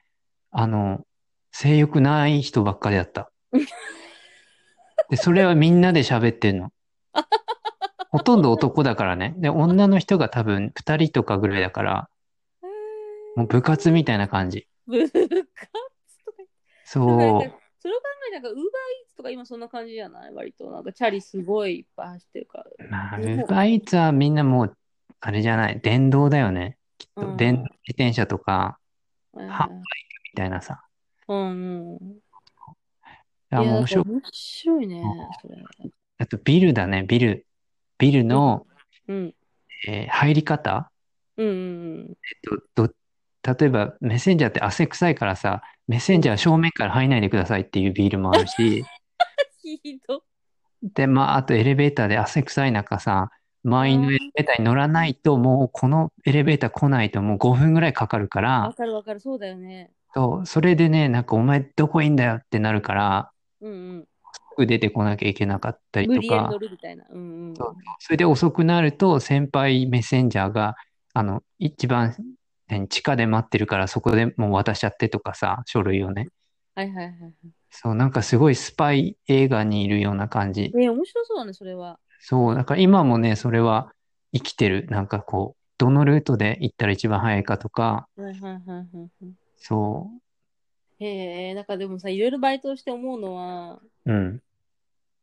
Speaker 2: あの、性欲ない人ばっかりだ った。で、それはみんなで喋って んの。ほとんど男だからね。で、女の人が多分二人とかぐらいだから、もう部活みたいな感じ。
Speaker 1: ブカッツとか。
Speaker 2: そ
Speaker 1: なん
Speaker 2: う
Speaker 1: か。 それを考えたら、ウーバーイーツとか今そんな感じじゃない割と。なんかチャリすごいいっぱい走ってるから。
Speaker 2: まあ、
Speaker 1: う
Speaker 2: ウ
Speaker 1: ん
Speaker 2: ーバーイーツはみんなもう、あれじゃない、電動だよね。
Speaker 1: うん
Speaker 2: 電自転車とか、
Speaker 1: はい
Speaker 2: は
Speaker 1: はい
Speaker 2: みたいなさ。
Speaker 1: うんうん。いや
Speaker 2: あ、もう面白い
Speaker 1: なんか面白いね。それ
Speaker 2: あとビルだね、ビル。ビルの、
Speaker 1: うん。
Speaker 2: えー入り方
Speaker 1: うんうん
Speaker 2: ど、ど、例えばメッセンジャーって汗臭いからさ、メッセンジャー正面から入んないでくださいっていうビールもあ るし、
Speaker 1: うん。ひど
Speaker 2: で、まあ、あとエレベーターで汗臭い中さ、満員のエレベーターに乗らないと、もうこのエレベーター来ないともう5分ぐらいかかるか
Speaker 1: わ
Speaker 2: ら、
Speaker 1: かるわかる、そうだよね。
Speaker 2: そう、それでね、なんかお前どこいんだよってなるから、
Speaker 1: うん
Speaker 2: すぐ出てこなきゃいけなかった
Speaker 1: う
Speaker 2: り
Speaker 1: ん。
Speaker 2: と
Speaker 1: 無理やり
Speaker 2: か
Speaker 1: 乗、るみたいな。うんうん。
Speaker 2: そうそれで遅くなると先輩メッセンジャーが、あの、一番、何地下で待ってるからそこでもう渡しちゃってとかさ、書類をね。
Speaker 1: はいはいはい。
Speaker 2: そう、なんかすごいスパイ映画にいるような感じ。
Speaker 1: え、面白そうだね、それは。
Speaker 2: そう、だから今もね、それは生きてる。なんかこう、どのルートで行ったら一番早いかとか、
Speaker 1: はいはいはいはいはい。
Speaker 2: そ
Speaker 1: へえ、なんかでもさ、いろいろバイトして思うのは、
Speaker 2: う。うん。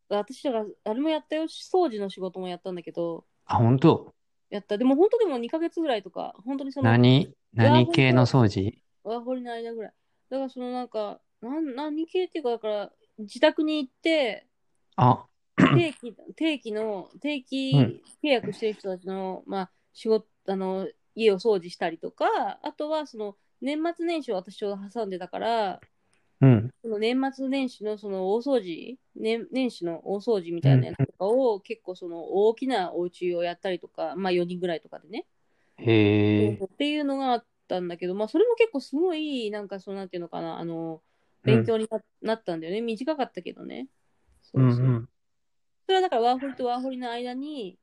Speaker 1: 私だから、あれもやったよ、掃除の仕事もやったんだけど、
Speaker 2: あ、本当
Speaker 1: やった。でも本当でも2ヶ月ぐらいとか、本当にその、
Speaker 2: 何、何系の
Speaker 1: 本
Speaker 2: 掃除
Speaker 1: ワーホリの間ぐらい。だからそのなんか、なん何系っていうか、だから、自宅に行 って、
Speaker 2: あ、
Speaker 1: 定期、定期の、定
Speaker 2: う
Speaker 1: 期
Speaker 2: ん
Speaker 1: 契約してる人たちの、まあ、仕事、あの、家を掃除したりとか、あとはその、年末年始を私ちょうど挟んでたから、
Speaker 2: うん、
Speaker 1: その年末年始のその大掃除、年年始の大掃除みたいなやつとかを、結構その大きなお家をやったりとか、まあ4人ぐらいとかでね、
Speaker 2: へえ、
Speaker 1: っていうのがあったんだけど、まあそれも結構すごい、なんかそのなんていうのかな、あの、
Speaker 2: うん、
Speaker 1: 勉強にな,、ったんだよね。短かったけどね。そううんそう
Speaker 2: うん、
Speaker 1: それはだからワーホリとワーホリの間 に、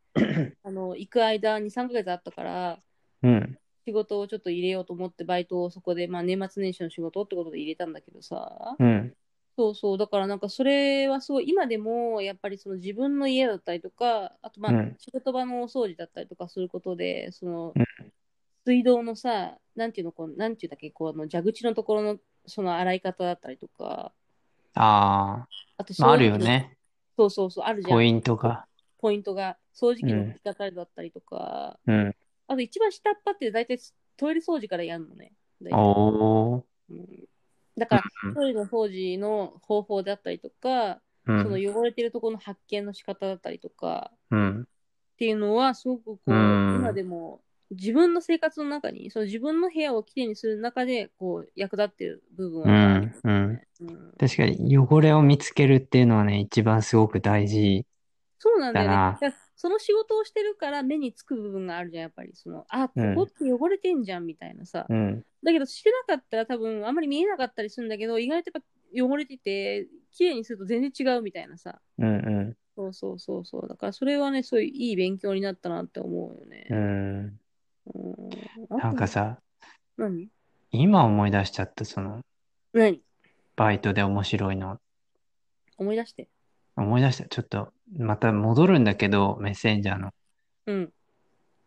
Speaker 1: あの、行く間に3ヶ月あったから、
Speaker 2: うん、
Speaker 1: 仕事をちょっと入れようと思って、バイトをそこで、まあ年末年始の仕事ってことで入れたんだけどさ。
Speaker 2: うん、
Speaker 1: そうそう、だからなんかそれはすごい、今でもやっぱりその自分の家だったりとか、あとま
Speaker 2: う
Speaker 1: あ
Speaker 2: ん
Speaker 1: 仕事場のお掃除だったりとかすることで、その
Speaker 2: うん
Speaker 1: 水道のさ、なんていうの、こうなんていうんだっけ、こうあの蛇口のところのその洗い方だったりとか、
Speaker 2: あ
Speaker 1: あと
Speaker 2: ー、まあ、ある
Speaker 1: 掃
Speaker 2: よ
Speaker 1: 除機の
Speaker 2: ね。
Speaker 1: そうそうそう、あるじゃん、
Speaker 2: ポイントが。
Speaker 1: ポイントが、掃除機
Speaker 2: う
Speaker 1: の
Speaker 2: ん
Speaker 1: 拭き方だったりとか、
Speaker 2: うん。
Speaker 1: あと一番下っ端って大体トイレ掃除からやるのね。大体
Speaker 2: お
Speaker 1: う
Speaker 2: ー、
Speaker 1: んだから
Speaker 2: うん
Speaker 1: トイレの掃除の方法だったりとか、
Speaker 2: う
Speaker 1: その
Speaker 2: ん、
Speaker 1: 汚れてるところの発見の仕方だったりとか
Speaker 2: うん、
Speaker 1: っていうのはすごくこう、
Speaker 2: うん
Speaker 1: 今でも自分の生活の中にその自分の部屋をきれいにする中でこう役立ってる部分はある
Speaker 2: うんうん
Speaker 1: うん
Speaker 2: 確かに汚れを見つけるっていうのはね、一番すごく大事。
Speaker 1: そうなんだよね
Speaker 2: だな
Speaker 1: だからその仕事をしてるから目につく部分があるじゃんやっぱりそのあこ
Speaker 2: うん
Speaker 1: こって汚れてんじゃんみたいなさ、
Speaker 2: うん、
Speaker 1: だけどしてなかったら多分あんまり見えなかったりするんだけど意外とやっぱ汚れててきれいにすると全然違うみたいなさ
Speaker 2: うん、
Speaker 1: そうそうそうそうだからそれはねそういういい勉強になったなって思うよね、
Speaker 2: うん、うん。
Speaker 1: うん
Speaker 2: なんかさ、
Speaker 1: 何
Speaker 2: 今思い出しちゃった、その、
Speaker 1: 何
Speaker 2: バイトで面白いの。
Speaker 1: 思い出して。
Speaker 2: 思い出した。ちょっと、また戻るんだけど、メッセンジャーの。
Speaker 1: うん。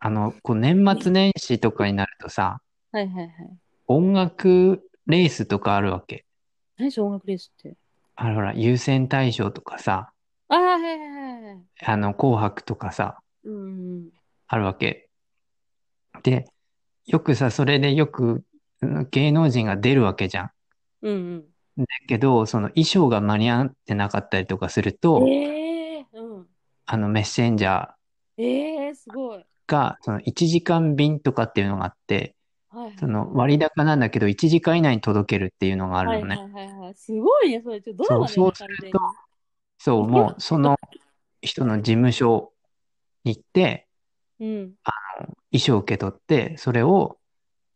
Speaker 2: あの、こう年末年始とかになるとさ、
Speaker 1: はいはいはい。
Speaker 2: 音楽レースとかあるわけ。
Speaker 1: 何し音楽レースって。
Speaker 2: あの、ほら、優先大賞とかさ、
Speaker 1: ああ、はいはいはいはい。
Speaker 2: あの、紅白とかさ、
Speaker 1: うん。
Speaker 2: あるわけ。で、よくさ、それでよくうん芸能人が出るわけじゃん。
Speaker 1: うん
Speaker 2: だけど、その衣装が間に合ってなかったりとかする
Speaker 1: う
Speaker 2: と
Speaker 1: ん。、ええうん。
Speaker 2: あの、メッセンジャー
Speaker 1: ええすごい。
Speaker 2: が、その1時間便とかっていうのがあって、
Speaker 1: はいはい。
Speaker 2: その割高なんだけど、1時間以内に届けるっていうのがあるの
Speaker 1: はい
Speaker 2: ね。
Speaker 1: はいはいはい。すごいね、それ。ちょっとドラマね、
Speaker 2: そうそ
Speaker 1: 完
Speaker 2: う
Speaker 1: 全に
Speaker 2: するとそう、もうその人の事務所に行って、
Speaker 1: うん。
Speaker 2: 衣装を受け取って、それを、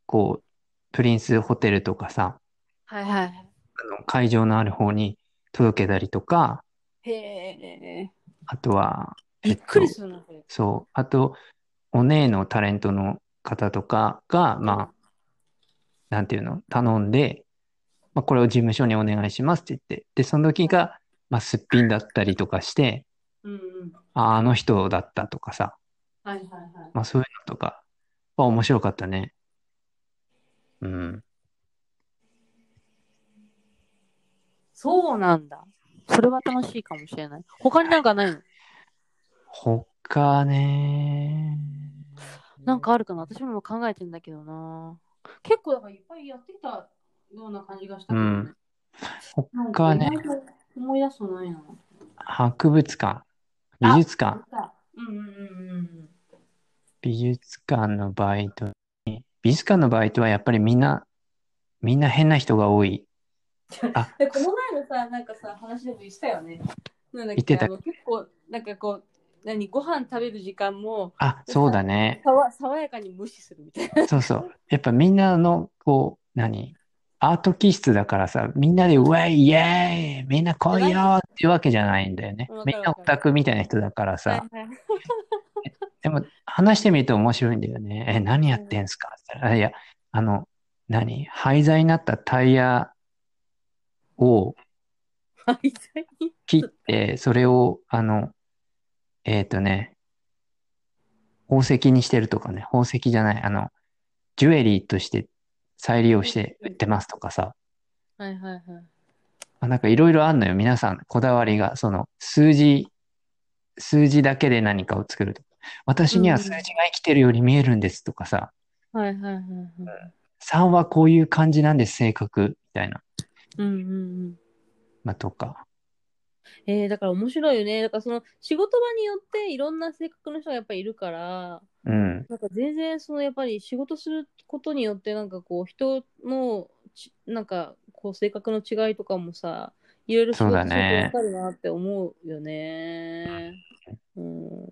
Speaker 2: こう、プリンスホテルとかさ、
Speaker 1: はいはいはい。
Speaker 2: あの会場のある方に届けたりとか、
Speaker 1: へえ。
Speaker 2: あとは、
Speaker 1: びっくり
Speaker 2: えっと
Speaker 1: するな、これ。
Speaker 2: そう、あと、お姉のタレントの方とかが、まあ、なんていうの、頼んで、まあ、これを事務所にお願いしますって言って、で、その時が、まあ、すっぴんだったりとかして、
Speaker 1: うんうん。
Speaker 2: あ、あの人だったとかさ、
Speaker 1: はいはいはい。
Speaker 2: まあそういうのとかは面白かったね。うん。
Speaker 1: そうなんだ。それは楽しいかもしれない。他になんかないの
Speaker 2: 他ね。
Speaker 1: なんかあるかな私も考えてんだけどな。結構だからいっぱいやってきたような感じがしたけどね。なん
Speaker 2: 他ね
Speaker 1: 意外と思い出すのないな。
Speaker 2: 博物館、美術館、
Speaker 1: うんうんうんうん。
Speaker 2: 美術館のバイトに、美術館のバイトはやっぱりみんな、みんな変な人が多い。あ、
Speaker 1: で、この前のさ、なんかさ、話でもしたよね。なんだっ
Speaker 2: 言って
Speaker 1: け
Speaker 2: た
Speaker 1: あの結構、なんかこう、何、ご飯食べる時間も
Speaker 2: あ、そうだね。
Speaker 1: さわ爽やかに無視するみたいな。
Speaker 2: そうそう。やっぱみんなの、こう、何アート気質だからさ、みんなで、ウェイ、イェーイ、みんな来いよーっていうわけじゃないんだよね
Speaker 1: わ。か
Speaker 2: み
Speaker 1: る
Speaker 2: ん
Speaker 1: わかる
Speaker 2: なオタクみたいな人だからさ、
Speaker 1: はいはい
Speaker 2: でも話してみると面白いんだよね。え、何やってんすかって言ったら、あいや、あの、何廃材になったタイヤを
Speaker 1: 廃材に
Speaker 2: 切って、それを、あの、えっとね、宝石にしてるとかね、宝石じゃない、あの、ジュエリーとして再利用して売ってますとかさ、
Speaker 1: はいはいはい。
Speaker 2: あなんかいろいろあんのよ、皆さん、こだわりが。その、数字、数字だけで何かを作るとか。私には数字が生きてるように見えるんですとかさ、
Speaker 1: はいはいはいはい。
Speaker 2: 3はこういう感じなんです、性格、みたいな、
Speaker 1: うんうんうん。
Speaker 2: まあ、とか。
Speaker 1: えー、だから面白いよね。だからその仕事場によっていろんな性格の人がやっぱりいるから、
Speaker 2: うん、
Speaker 1: なんか全然そのやっぱり仕事することによってなんかこう人のちなんかこう性格の違いとかもさ、いろいろ仕
Speaker 2: そう
Speaker 1: 事
Speaker 2: だ
Speaker 1: すると
Speaker 2: ね
Speaker 1: 分かるなって思うよね。うん、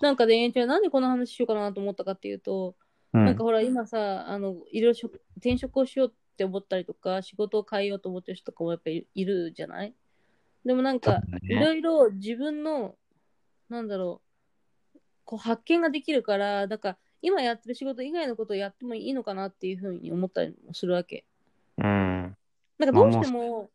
Speaker 1: なんかね、じゃあなんでこの話しようかなと思ったかっていうと、
Speaker 2: うん、
Speaker 1: なんかほら今さあのいろいろ職転職をしようって思ったりとか仕事を変えようと思ってる人とかもやっぱりいるじゃないでもなん
Speaker 2: そう
Speaker 1: か
Speaker 2: だ
Speaker 1: い
Speaker 2: ね。
Speaker 1: ろいろ自分のなんだろうこう発見ができるからなんか今やってる仕事以外のことをやってもいいのかなっていうふうに思ったりもするわけ
Speaker 2: うん、
Speaker 1: なんかどうしても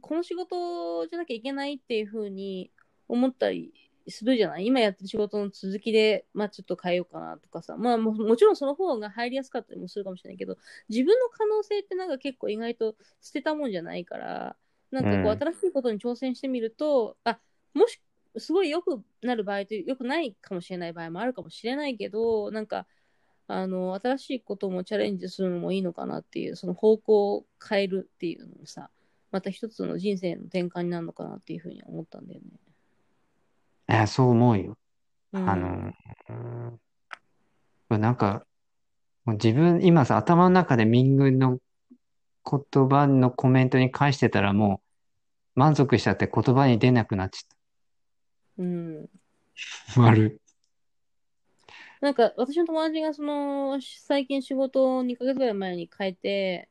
Speaker 1: この仕事じゃなきゃいけないっていうふうに思ったりするじゃない今やってる仕事の続きで、まあ、ちょっと変えようかなとかさ、まあ、ももちろんその方が入りやすかったりもするかもしれないけど自分の可能性ってなんか結構意外と捨てたもんじゃないからなんかこ
Speaker 2: うん
Speaker 1: う新しいことに挑戦してみると、あもしすごい良くなる場合と良くないかもしれない場合もあるかもしれないけどなんかあの新しいこともチャレンジするのもいいのかなっていうその方向を変えるっていうのもさまた一つの人生の転換になるのかなっていうふうに思ったんだよね。
Speaker 2: いやそう思うよ。
Speaker 1: うん
Speaker 2: あの、うんなんか、もう自分、今さ、頭の中でミングの言葉のコメントに返してたら、もう満足しちゃって言葉に出なくなっち
Speaker 1: うん、
Speaker 2: ゃった。丸。
Speaker 1: なんか私の友達がその最近仕事を2ヶ月ぐらい前に変えて、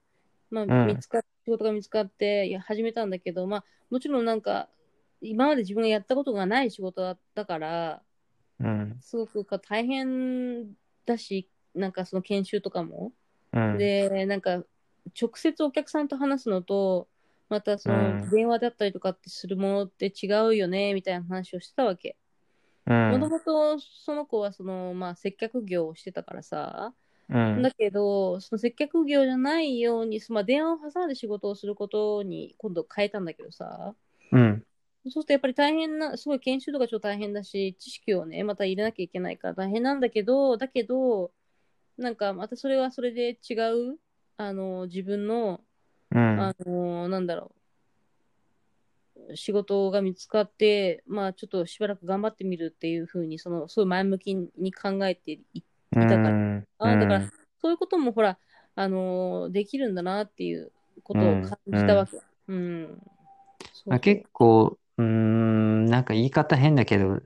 Speaker 1: まあ
Speaker 2: ん
Speaker 1: 見つかっ仕事が見つかっていや始めたんだけど、まあ、もちろんなんか今まで自分がやったことがない仕事だったから
Speaker 2: うん、
Speaker 1: すごくか大変だしなんかその研修とかも。
Speaker 2: うん、
Speaker 1: で、なんか、直接お客さんと話すのと、またそ
Speaker 2: うん
Speaker 1: の電話だったりとかってするものって違うよね、みたいな話をしてたわけ。
Speaker 2: うん、
Speaker 1: もともとその子はその、まあ、接客業をしてたからさ、
Speaker 2: うん、
Speaker 1: だけど、その接客業じゃないように、そまあ、電話を挟んで仕事をすることに今度変えたんだけどさ、
Speaker 2: うん、
Speaker 1: そうするとやっぱり大変な、すごい研修とかちょっと大変だし、知識をね、また入れなきゃいけないから大変なんだけど、だけど、なんかまたそれはそれで違う、あの、自分の、
Speaker 2: うん、
Speaker 1: あの、なんだろう、仕事が見つかって、まあちょっとしばらく頑張ってみるっていうふうに、その、すごい前向きに考えてい
Speaker 2: うん、
Speaker 1: だから
Speaker 2: うん、
Speaker 1: あだからそういうこともほら、あの、できるんだなっていうことを感じたわけ。うん。そう
Speaker 2: まあ結構、うーん、なんか言い方変だけど、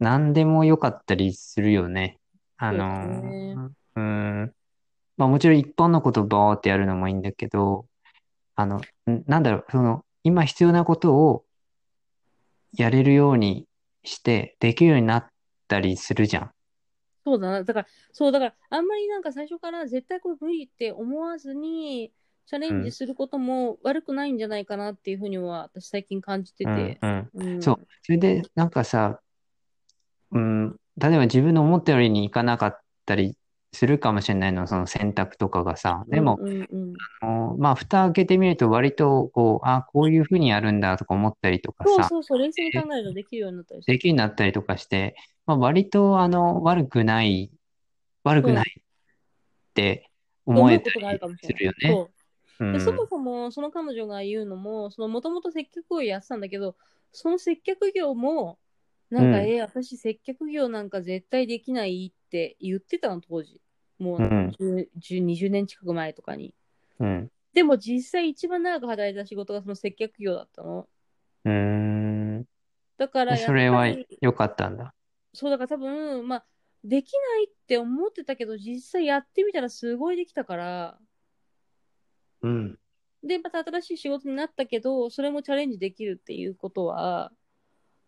Speaker 2: 何でも良かったりするよね。あの
Speaker 1: そうですね
Speaker 2: ー、うーん。まあもちろん一本のことをバーってやるのもいいんだけど、あの、んなんだろう、その、今必要なことをやれるようにして、できるようになったりするじゃん。
Speaker 1: そうだな。だから、そう、だから、あんまりなんか最初から絶対これ無理って思わずに、チャレンジすることも悪くないんじゃないかなっていうふうには、私最近感じて
Speaker 2: うん、
Speaker 1: て。
Speaker 2: うん。
Speaker 1: うん
Speaker 2: そう。それで、なんかさ、うん、例えば自分の思ったよりにいかなかったりするかもしれないの、その選択とかがさ。でも、
Speaker 1: うんうんうん
Speaker 2: あのまあ、蓋開けてみると割と、こう、あ、こういうふうにやるんだとか思ったりとか
Speaker 1: そう
Speaker 2: さ、
Speaker 1: そうそう、冷静に考えるとできるようになったりす
Speaker 2: で
Speaker 1: る。
Speaker 2: きるようになったりとかして、まあ、割と、あの、悪くない、悪くないって思え
Speaker 1: うことがあるかもしれない。
Speaker 2: するよね
Speaker 1: そう
Speaker 2: た。
Speaker 1: でそも
Speaker 2: う
Speaker 1: そもその彼女が言うのももともと接客業やってたんだけどその接客業もなんか、
Speaker 2: うん
Speaker 1: えー私接客業なんか絶対できないって言ってたの当時もう
Speaker 2: うん
Speaker 1: 10 10 20年近く前とかに
Speaker 2: ん。
Speaker 1: でも実際一番長く働いた仕事がその接客業だったの
Speaker 2: うん。う
Speaker 1: だから
Speaker 2: ーん。
Speaker 1: やっぱ
Speaker 2: そ
Speaker 1: り
Speaker 2: れは良かったんだ。
Speaker 1: そうだから多分まあできないって思ってたけど実際やってみたらすごいできたから
Speaker 2: うん。
Speaker 1: で、また新しい仕事になったけど、それもチャレンジできるっていうことは、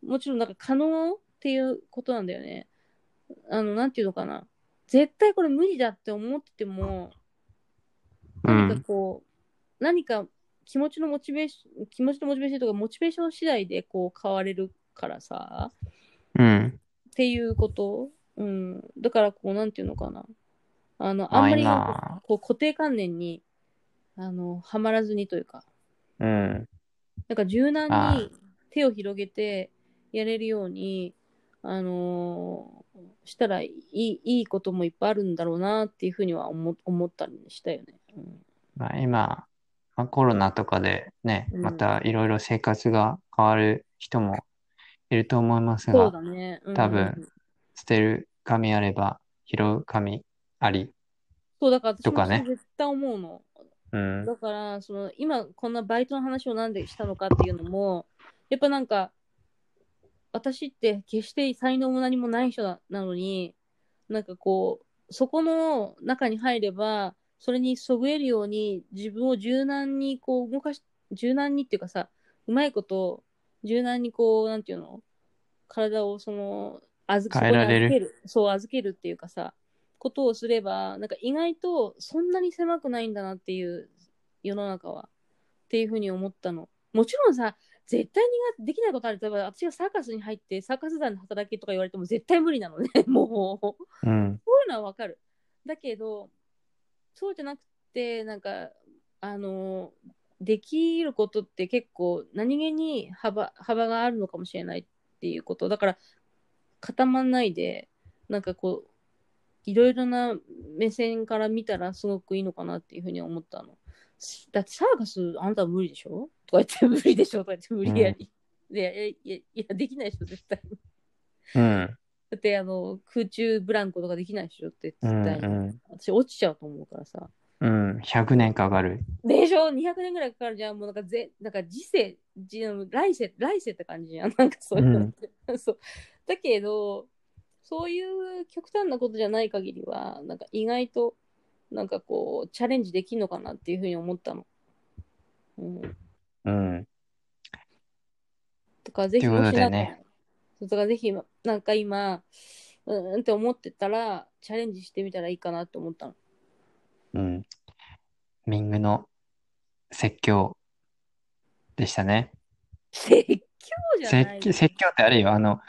Speaker 1: もちろんなんか可能っていうことなんだよね。あの、なんていうのかな。絶対これ無理だって思ってても、
Speaker 2: う
Speaker 1: 何か
Speaker 2: ん。
Speaker 1: こう、何か気持ちのモチベーション、気持ちのモチベーションとか、モチベーション次第でこう変われるからさ、
Speaker 2: うん。
Speaker 1: っていうこと。うん。だからこう、なんていうのかな。あの、
Speaker 2: ま
Speaker 1: あん
Speaker 2: あ
Speaker 1: まり
Speaker 2: 今、
Speaker 1: こう固定観念に、あの、はまらずにというか、
Speaker 2: うん、
Speaker 1: なんか柔軟
Speaker 2: あ
Speaker 1: に手を広げてやれるように、あのーしたらいいいいこともいっぱいあるんだろうなっていうふうには思思ったりしたよね。うん
Speaker 2: まあ、今、まあ、コロナとかでね、
Speaker 1: うん
Speaker 2: またいろいろ生活が変わる人もいると思います
Speaker 1: そう
Speaker 2: が、
Speaker 1: だね。
Speaker 2: 多
Speaker 1: うんうんうん
Speaker 2: 分捨てる紙あれば拾う紙あり。
Speaker 1: そうだから私
Speaker 2: と
Speaker 1: も
Speaker 2: か
Speaker 1: それ
Speaker 2: ね
Speaker 1: 絶対思うの。
Speaker 2: うん、
Speaker 1: だからその今こんなバイトの話をなんでしたのかっていうのもやっぱなんか私って決して才能も何もない人ななのになんかこうそこの中に入ればそれにそぐえるように自分を柔軟にこう動かし柔軟にっていうかさうまいこと柔軟にこうなんていうの体をその預
Speaker 2: 変えられ
Speaker 1: そこに預
Speaker 2: る
Speaker 1: けるそう預けるっていうかさことをすればなんか意外とそんなに狭くないんだなっていう世の中はっていうふうに思ったのもちろんさ絶対にできないことある例えば私がサーカスに入ってサーカス団で働けとか言われても絶対無理なのね もう
Speaker 2: うん、
Speaker 1: そういうのはわかる。だけど、そうじゃなくて、なんか、あの、できることって結構何気に幅幅があるのかもしれないっていうこと。だから、固まんないで、なんかこう、いろいろな目線から見たらすごくいいのかなっていうふうに思ったの。だってサーカスあんたは無理でしょとか言って無理でしょとか言って無理やり。でいやいやいや、できないでしょ、絶対。
Speaker 2: うん、
Speaker 1: だってあの空中ブランコとかできないでしょって
Speaker 2: う
Speaker 1: 絶対に、
Speaker 2: ん、
Speaker 1: 私落ちちゃうと思うからさ
Speaker 2: うん、100年かかる。
Speaker 1: でしょ200年ぐらいかかるじゃんもうなんかぜなんか次世じ来世来世って感じじゃん なんかそういうのって、そうだけどそういう極端なことじゃない限りはなんか意外となんかこうチャレンジできるのかなっていうふうに思ったの、うん、
Speaker 2: うん、
Speaker 1: とかぜひ
Speaker 2: というこ
Speaker 1: もし
Speaker 2: とで
Speaker 1: なんか、
Speaker 2: ね
Speaker 1: そうとかぜひなんか今うーんって思ってたらチャレンジしてみたらいいかなと思ったの
Speaker 2: うん。ミングの説教でしたね。
Speaker 1: 説教じゃない
Speaker 2: 説教、説教ってあれよ、あの、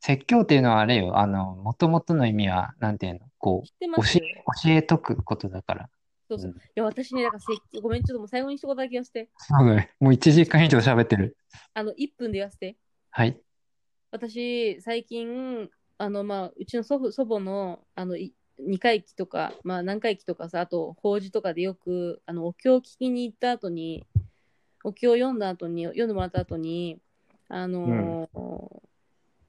Speaker 2: 説教っていうのはあれよ、あの、もともとの意味は、なんていうの、こ
Speaker 1: 知って
Speaker 2: う、
Speaker 1: ま
Speaker 2: 教
Speaker 1: す
Speaker 2: え、教えとくことだから。
Speaker 1: そうそううんいや私ねだから説教ごめんちょっともう最後に一言だけ言わせて
Speaker 2: すごいもう1時間以上喋ってる。
Speaker 1: あの1分で言わせて
Speaker 2: はい。
Speaker 1: 私最近あのまあうちの祖父祖母のあのい2回忌とか、まあ、何回忌とかさあと法事とかでよくあのお経を聞きに行った後にお経を読んだ後に読んでもらった後にあのー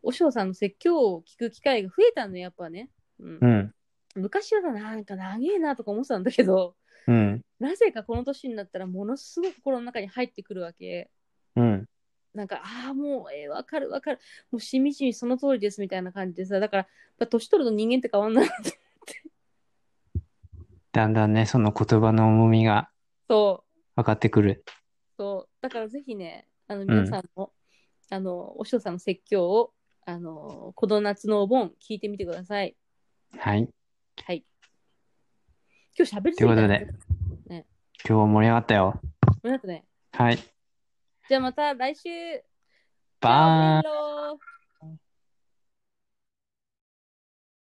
Speaker 1: お嬢さんの説教を聞く機会が増えたのよやっぱね、うん
Speaker 2: うん、
Speaker 1: 昔はさなんか長えなとか思ってたんだけど
Speaker 2: うん、
Speaker 1: なぜかこの年になったらものすごく心の中に入ってくるわけ。
Speaker 2: うん、
Speaker 1: なんか、ああ、もう、えーわかるわかる。もうしみじみその通りですみたいな感じでさ、だから、やっぱ年取ると人間って変 わんない。
Speaker 2: だんだんね、その言葉の重みが
Speaker 1: そう、
Speaker 2: 分かってくる。
Speaker 1: そう。だからぜひね、あの、皆さんも、あの、お師匠さんの説教を、あの、この夏のお盆、聞いてみてください。
Speaker 2: はい。
Speaker 1: はい。今日喋りす
Speaker 2: とい
Speaker 1: ぎ
Speaker 2: うこ
Speaker 1: た
Speaker 2: と
Speaker 1: ね
Speaker 2: で、今日は盛り上がったよ。
Speaker 1: ごめんなさいね。
Speaker 2: はい。
Speaker 1: じゃあまた来週。
Speaker 2: バーイ
Speaker 1: イ。